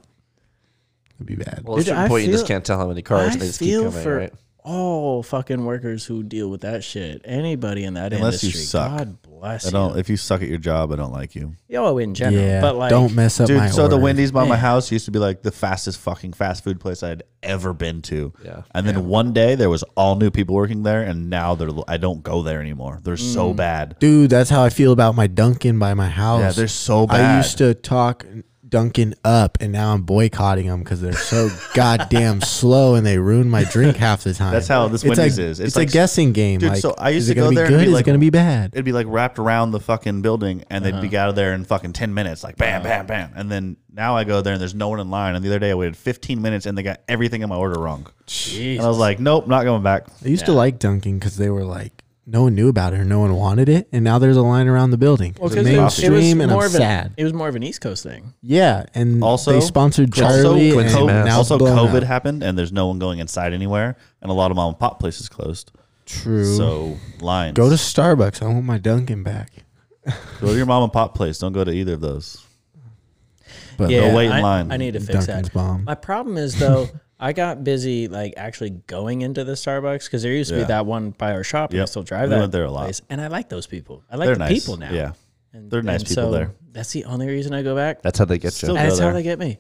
[SPEAKER 3] It'd be bad.
[SPEAKER 4] Well, at a
[SPEAKER 5] Dude,
[SPEAKER 4] certain
[SPEAKER 5] I
[SPEAKER 4] point, you just
[SPEAKER 5] feel-
[SPEAKER 4] can't tell how many
[SPEAKER 5] I
[SPEAKER 4] cars, and they just keep
[SPEAKER 5] feel
[SPEAKER 4] coming,
[SPEAKER 5] for
[SPEAKER 4] right?
[SPEAKER 5] all fucking workers who deal with that shit. Anybody in that
[SPEAKER 2] Unless you
[SPEAKER 5] industry,
[SPEAKER 2] suck.
[SPEAKER 5] God bless
[SPEAKER 2] I don't.
[SPEAKER 5] you.
[SPEAKER 2] If you suck at your job, I don't like you,
[SPEAKER 5] Yo, in general, but like,
[SPEAKER 3] don't mess up
[SPEAKER 2] dude.
[SPEAKER 3] my
[SPEAKER 2] so the
[SPEAKER 3] order.
[SPEAKER 2] Wendy's by my
[SPEAKER 5] Man.
[SPEAKER 2] house used to be like the fastest fucking fast food place I had ever been to.
[SPEAKER 4] Yeah.
[SPEAKER 2] And then one day there was all new people working there, and now they're. I don't go there anymore. They're so bad.
[SPEAKER 3] Dude, that's how I feel about my Dunkin' by my house.
[SPEAKER 2] Yeah, they're so bad.
[SPEAKER 3] I used to talk Dunkin' up, and now I'm boycotting them because they're so goddamn slow and they ruin my drink half the time.
[SPEAKER 2] That's how this
[SPEAKER 3] it's
[SPEAKER 2] Wendy's
[SPEAKER 3] a,
[SPEAKER 2] is. It's
[SPEAKER 3] It's,
[SPEAKER 2] like-
[SPEAKER 3] a guessing game.
[SPEAKER 2] Dude,
[SPEAKER 3] like,
[SPEAKER 2] so I used
[SPEAKER 3] is it
[SPEAKER 2] to
[SPEAKER 3] gonna
[SPEAKER 2] go
[SPEAKER 3] be
[SPEAKER 2] there and
[SPEAKER 3] good?
[SPEAKER 2] be
[SPEAKER 3] is
[SPEAKER 2] like-
[SPEAKER 3] it going to be bad?
[SPEAKER 2] It'd be like wrapped around the fucking building, and they'd
[SPEAKER 5] Uh-huh.
[SPEAKER 2] be out of there in fucking ten minutes, like bam, bam, bam. And then now I go there, and there's no one in line. And the other day I waited fifteen minutes, and they got everything in my order wrong.
[SPEAKER 5] Jesus.
[SPEAKER 2] And I was like, nope, not going back.
[SPEAKER 3] I used to like Dunkin' because they were like no one knew about it or no one wanted it, and now there's a line around the building.
[SPEAKER 5] Well,
[SPEAKER 3] it's
[SPEAKER 5] 'cause it was- it was
[SPEAKER 3] mainstream, and
[SPEAKER 5] more
[SPEAKER 3] I'm
[SPEAKER 5] of an-
[SPEAKER 3] sad.
[SPEAKER 5] It was more of an East Coast thing.
[SPEAKER 3] yeah, and
[SPEAKER 2] Also-
[SPEAKER 3] they sponsored
[SPEAKER 2] Also,
[SPEAKER 3] Charlie.
[SPEAKER 2] when
[SPEAKER 3] and
[SPEAKER 2] COVID,
[SPEAKER 3] now it's
[SPEAKER 2] also
[SPEAKER 3] blown
[SPEAKER 2] COVID
[SPEAKER 3] up.
[SPEAKER 2] happened, and there's no one going inside anywhere, and a lot of mom and pop places closed.
[SPEAKER 3] True.
[SPEAKER 2] So lines.
[SPEAKER 3] go to Starbucks. I want my Dunkin' back.
[SPEAKER 2] go to your mom and pop place. Don't go to either of those.
[SPEAKER 3] But
[SPEAKER 5] yeah,
[SPEAKER 2] wait in
[SPEAKER 5] I,
[SPEAKER 2] line.
[SPEAKER 5] I need to fix
[SPEAKER 3] Dunkin's
[SPEAKER 5] that.
[SPEAKER 3] bomb.
[SPEAKER 5] My problem is though, I got busy like actually going into the Starbucks because there used to
[SPEAKER 2] Yeah.
[SPEAKER 5] be that one by our shop. And I
[SPEAKER 2] Yep.
[SPEAKER 5] still drive
[SPEAKER 2] We
[SPEAKER 5] that
[SPEAKER 2] went there a lot.
[SPEAKER 5] place, and I like those people. I like
[SPEAKER 2] They're
[SPEAKER 5] the
[SPEAKER 2] nice.
[SPEAKER 5] people now.
[SPEAKER 2] Yeah.
[SPEAKER 5] and,
[SPEAKER 2] They're nice
[SPEAKER 5] and
[SPEAKER 2] people
[SPEAKER 5] so
[SPEAKER 2] there.
[SPEAKER 5] That's the only reason I go back.
[SPEAKER 4] That's how they get
[SPEAKER 2] Still
[SPEAKER 4] you.
[SPEAKER 2] go
[SPEAKER 5] That's how
[SPEAKER 2] there.
[SPEAKER 5] they get me.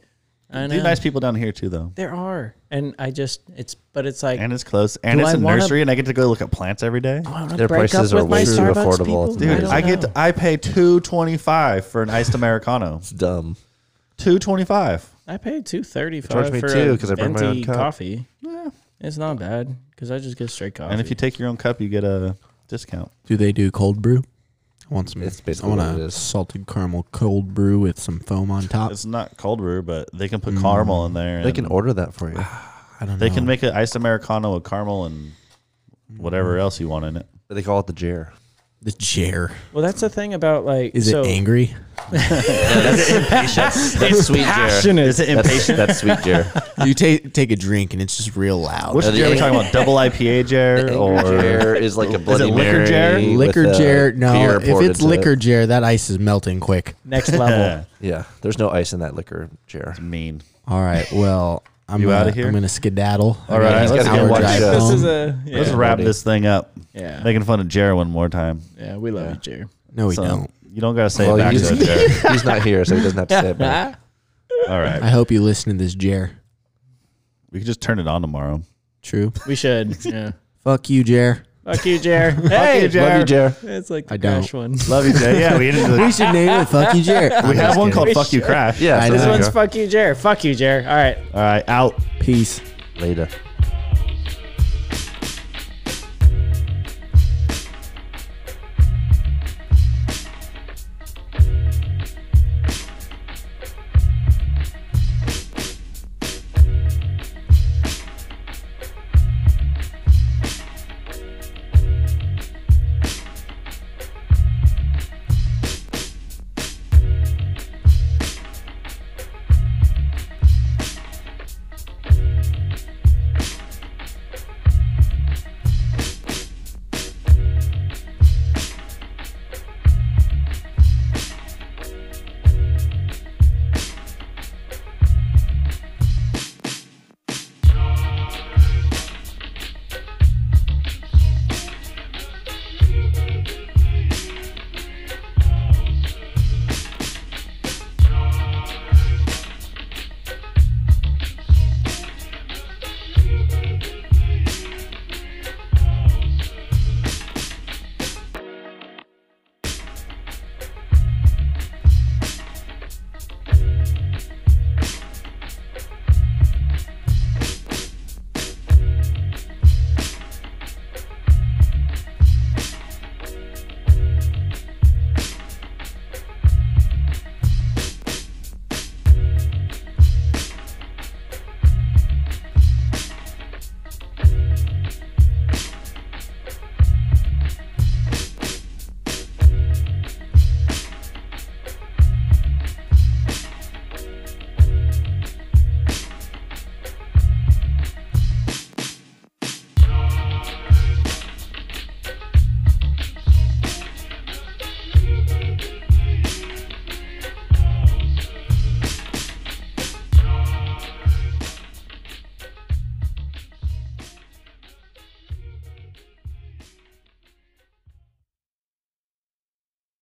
[SPEAKER 5] I know.
[SPEAKER 2] There's nice people down here too, though.
[SPEAKER 5] There are, and I just it's but it's like
[SPEAKER 2] And it's close, and
[SPEAKER 5] Do
[SPEAKER 2] it's
[SPEAKER 5] I
[SPEAKER 2] a
[SPEAKER 5] wanna-
[SPEAKER 2] nursery, and I get to go look at plants every day.
[SPEAKER 5] I wanna
[SPEAKER 4] Their
[SPEAKER 5] break up
[SPEAKER 4] prices are
[SPEAKER 5] with my
[SPEAKER 4] way too
[SPEAKER 5] Starbucks
[SPEAKER 4] affordable.
[SPEAKER 5] people.
[SPEAKER 4] It's
[SPEAKER 2] Dude,
[SPEAKER 5] don't
[SPEAKER 2] I, get
[SPEAKER 5] know.
[SPEAKER 2] to, I pay two twenty five for an iced americano.
[SPEAKER 4] It's dumb.
[SPEAKER 2] two twenty five.
[SPEAKER 5] I paid two thirty five
[SPEAKER 4] charged me
[SPEAKER 5] for
[SPEAKER 4] too,
[SPEAKER 5] a
[SPEAKER 4] 'cause I brought my
[SPEAKER 5] venti
[SPEAKER 4] own cup.
[SPEAKER 5] coffee. It's not bad because I just get straight coffee.
[SPEAKER 2] And if you take your own cup, you get a discount.
[SPEAKER 3] Do they do cold brew? I want some.
[SPEAKER 4] It's
[SPEAKER 3] I
[SPEAKER 4] basically
[SPEAKER 3] want
[SPEAKER 4] what it
[SPEAKER 3] a
[SPEAKER 4] is.
[SPEAKER 3] salted caramel cold brew with some foam on top.
[SPEAKER 2] It's not cold brew, but they can put caramel in there.
[SPEAKER 4] They can
[SPEAKER 2] and-
[SPEAKER 4] order that for you.
[SPEAKER 3] I don't
[SPEAKER 2] They
[SPEAKER 3] know.
[SPEAKER 2] can make an iced americano with caramel and whatever else you want in it.
[SPEAKER 4] They call it the Jer.
[SPEAKER 3] the chair.
[SPEAKER 5] well, that's the thing about like
[SPEAKER 3] Is
[SPEAKER 5] so,
[SPEAKER 3] it angry?
[SPEAKER 4] That's sweet Jer.
[SPEAKER 2] Is it
[SPEAKER 4] That's,
[SPEAKER 2] impatient?
[SPEAKER 4] that's sweet Jer.
[SPEAKER 3] You take take a drink and it's just real loud.
[SPEAKER 2] Which
[SPEAKER 4] No, the
[SPEAKER 2] jar are we
[SPEAKER 4] ang-
[SPEAKER 2] talking about? Double IPA jar
[SPEAKER 4] Or
[SPEAKER 2] or
[SPEAKER 4] Jer is like a bloody
[SPEAKER 2] liquor
[SPEAKER 4] Mary
[SPEAKER 2] Jer?
[SPEAKER 4] with,
[SPEAKER 3] liquor
[SPEAKER 4] uh,
[SPEAKER 3] jar? No,
[SPEAKER 4] beer
[SPEAKER 3] if
[SPEAKER 4] poured
[SPEAKER 3] it's
[SPEAKER 4] into
[SPEAKER 3] liquor
[SPEAKER 4] it.
[SPEAKER 3] jar, that ice is melting quick.
[SPEAKER 5] next level?
[SPEAKER 4] yeah. There's no ice in that liquor jar.
[SPEAKER 2] mean?
[SPEAKER 3] All right. Well, I'm
[SPEAKER 2] You
[SPEAKER 3] gonna,
[SPEAKER 2] outta here?
[SPEAKER 3] I'm gonna skedaddle.
[SPEAKER 2] All right,
[SPEAKER 3] It's
[SPEAKER 2] let's
[SPEAKER 3] an
[SPEAKER 2] go
[SPEAKER 3] hour
[SPEAKER 2] watch
[SPEAKER 3] drive
[SPEAKER 2] this.
[SPEAKER 3] home.
[SPEAKER 5] a yeah,
[SPEAKER 2] Let's wrap this thing up.
[SPEAKER 5] Yeah.
[SPEAKER 2] Making fun of Jer one more time.
[SPEAKER 5] yeah. We love you, Jerry.
[SPEAKER 3] no, we
[SPEAKER 2] So,
[SPEAKER 3] don't.
[SPEAKER 2] You don't gotta say
[SPEAKER 4] Well,
[SPEAKER 2] it back
[SPEAKER 4] he's,
[SPEAKER 2] to Jer.
[SPEAKER 4] he's not here, so he doesn't have to say it back.
[SPEAKER 2] All right,
[SPEAKER 3] I hope you listen to this jar.
[SPEAKER 2] we can just turn it on tomorrow.
[SPEAKER 3] True.
[SPEAKER 5] We should. Yeah.
[SPEAKER 3] Fuck you, jar.
[SPEAKER 5] Fuck you, Jer. Hey,
[SPEAKER 4] Love you, Jer.
[SPEAKER 5] It's like
[SPEAKER 3] I
[SPEAKER 5] the
[SPEAKER 3] don't.
[SPEAKER 5] crash one.
[SPEAKER 2] Love you, Jer. Yeah, we didn't.
[SPEAKER 3] We should name it Fuck You Jer.
[SPEAKER 2] we have one called
[SPEAKER 5] We
[SPEAKER 2] "Fuck You
[SPEAKER 5] should.
[SPEAKER 2] Crash."
[SPEAKER 4] Yeah,
[SPEAKER 3] I
[SPEAKER 4] so
[SPEAKER 3] know.
[SPEAKER 5] This
[SPEAKER 4] there you
[SPEAKER 5] one's
[SPEAKER 4] go.
[SPEAKER 5] fuck you, Jer. Fuck you, Jer. All right.
[SPEAKER 2] All right, out.
[SPEAKER 3] Peace.
[SPEAKER 4] Later.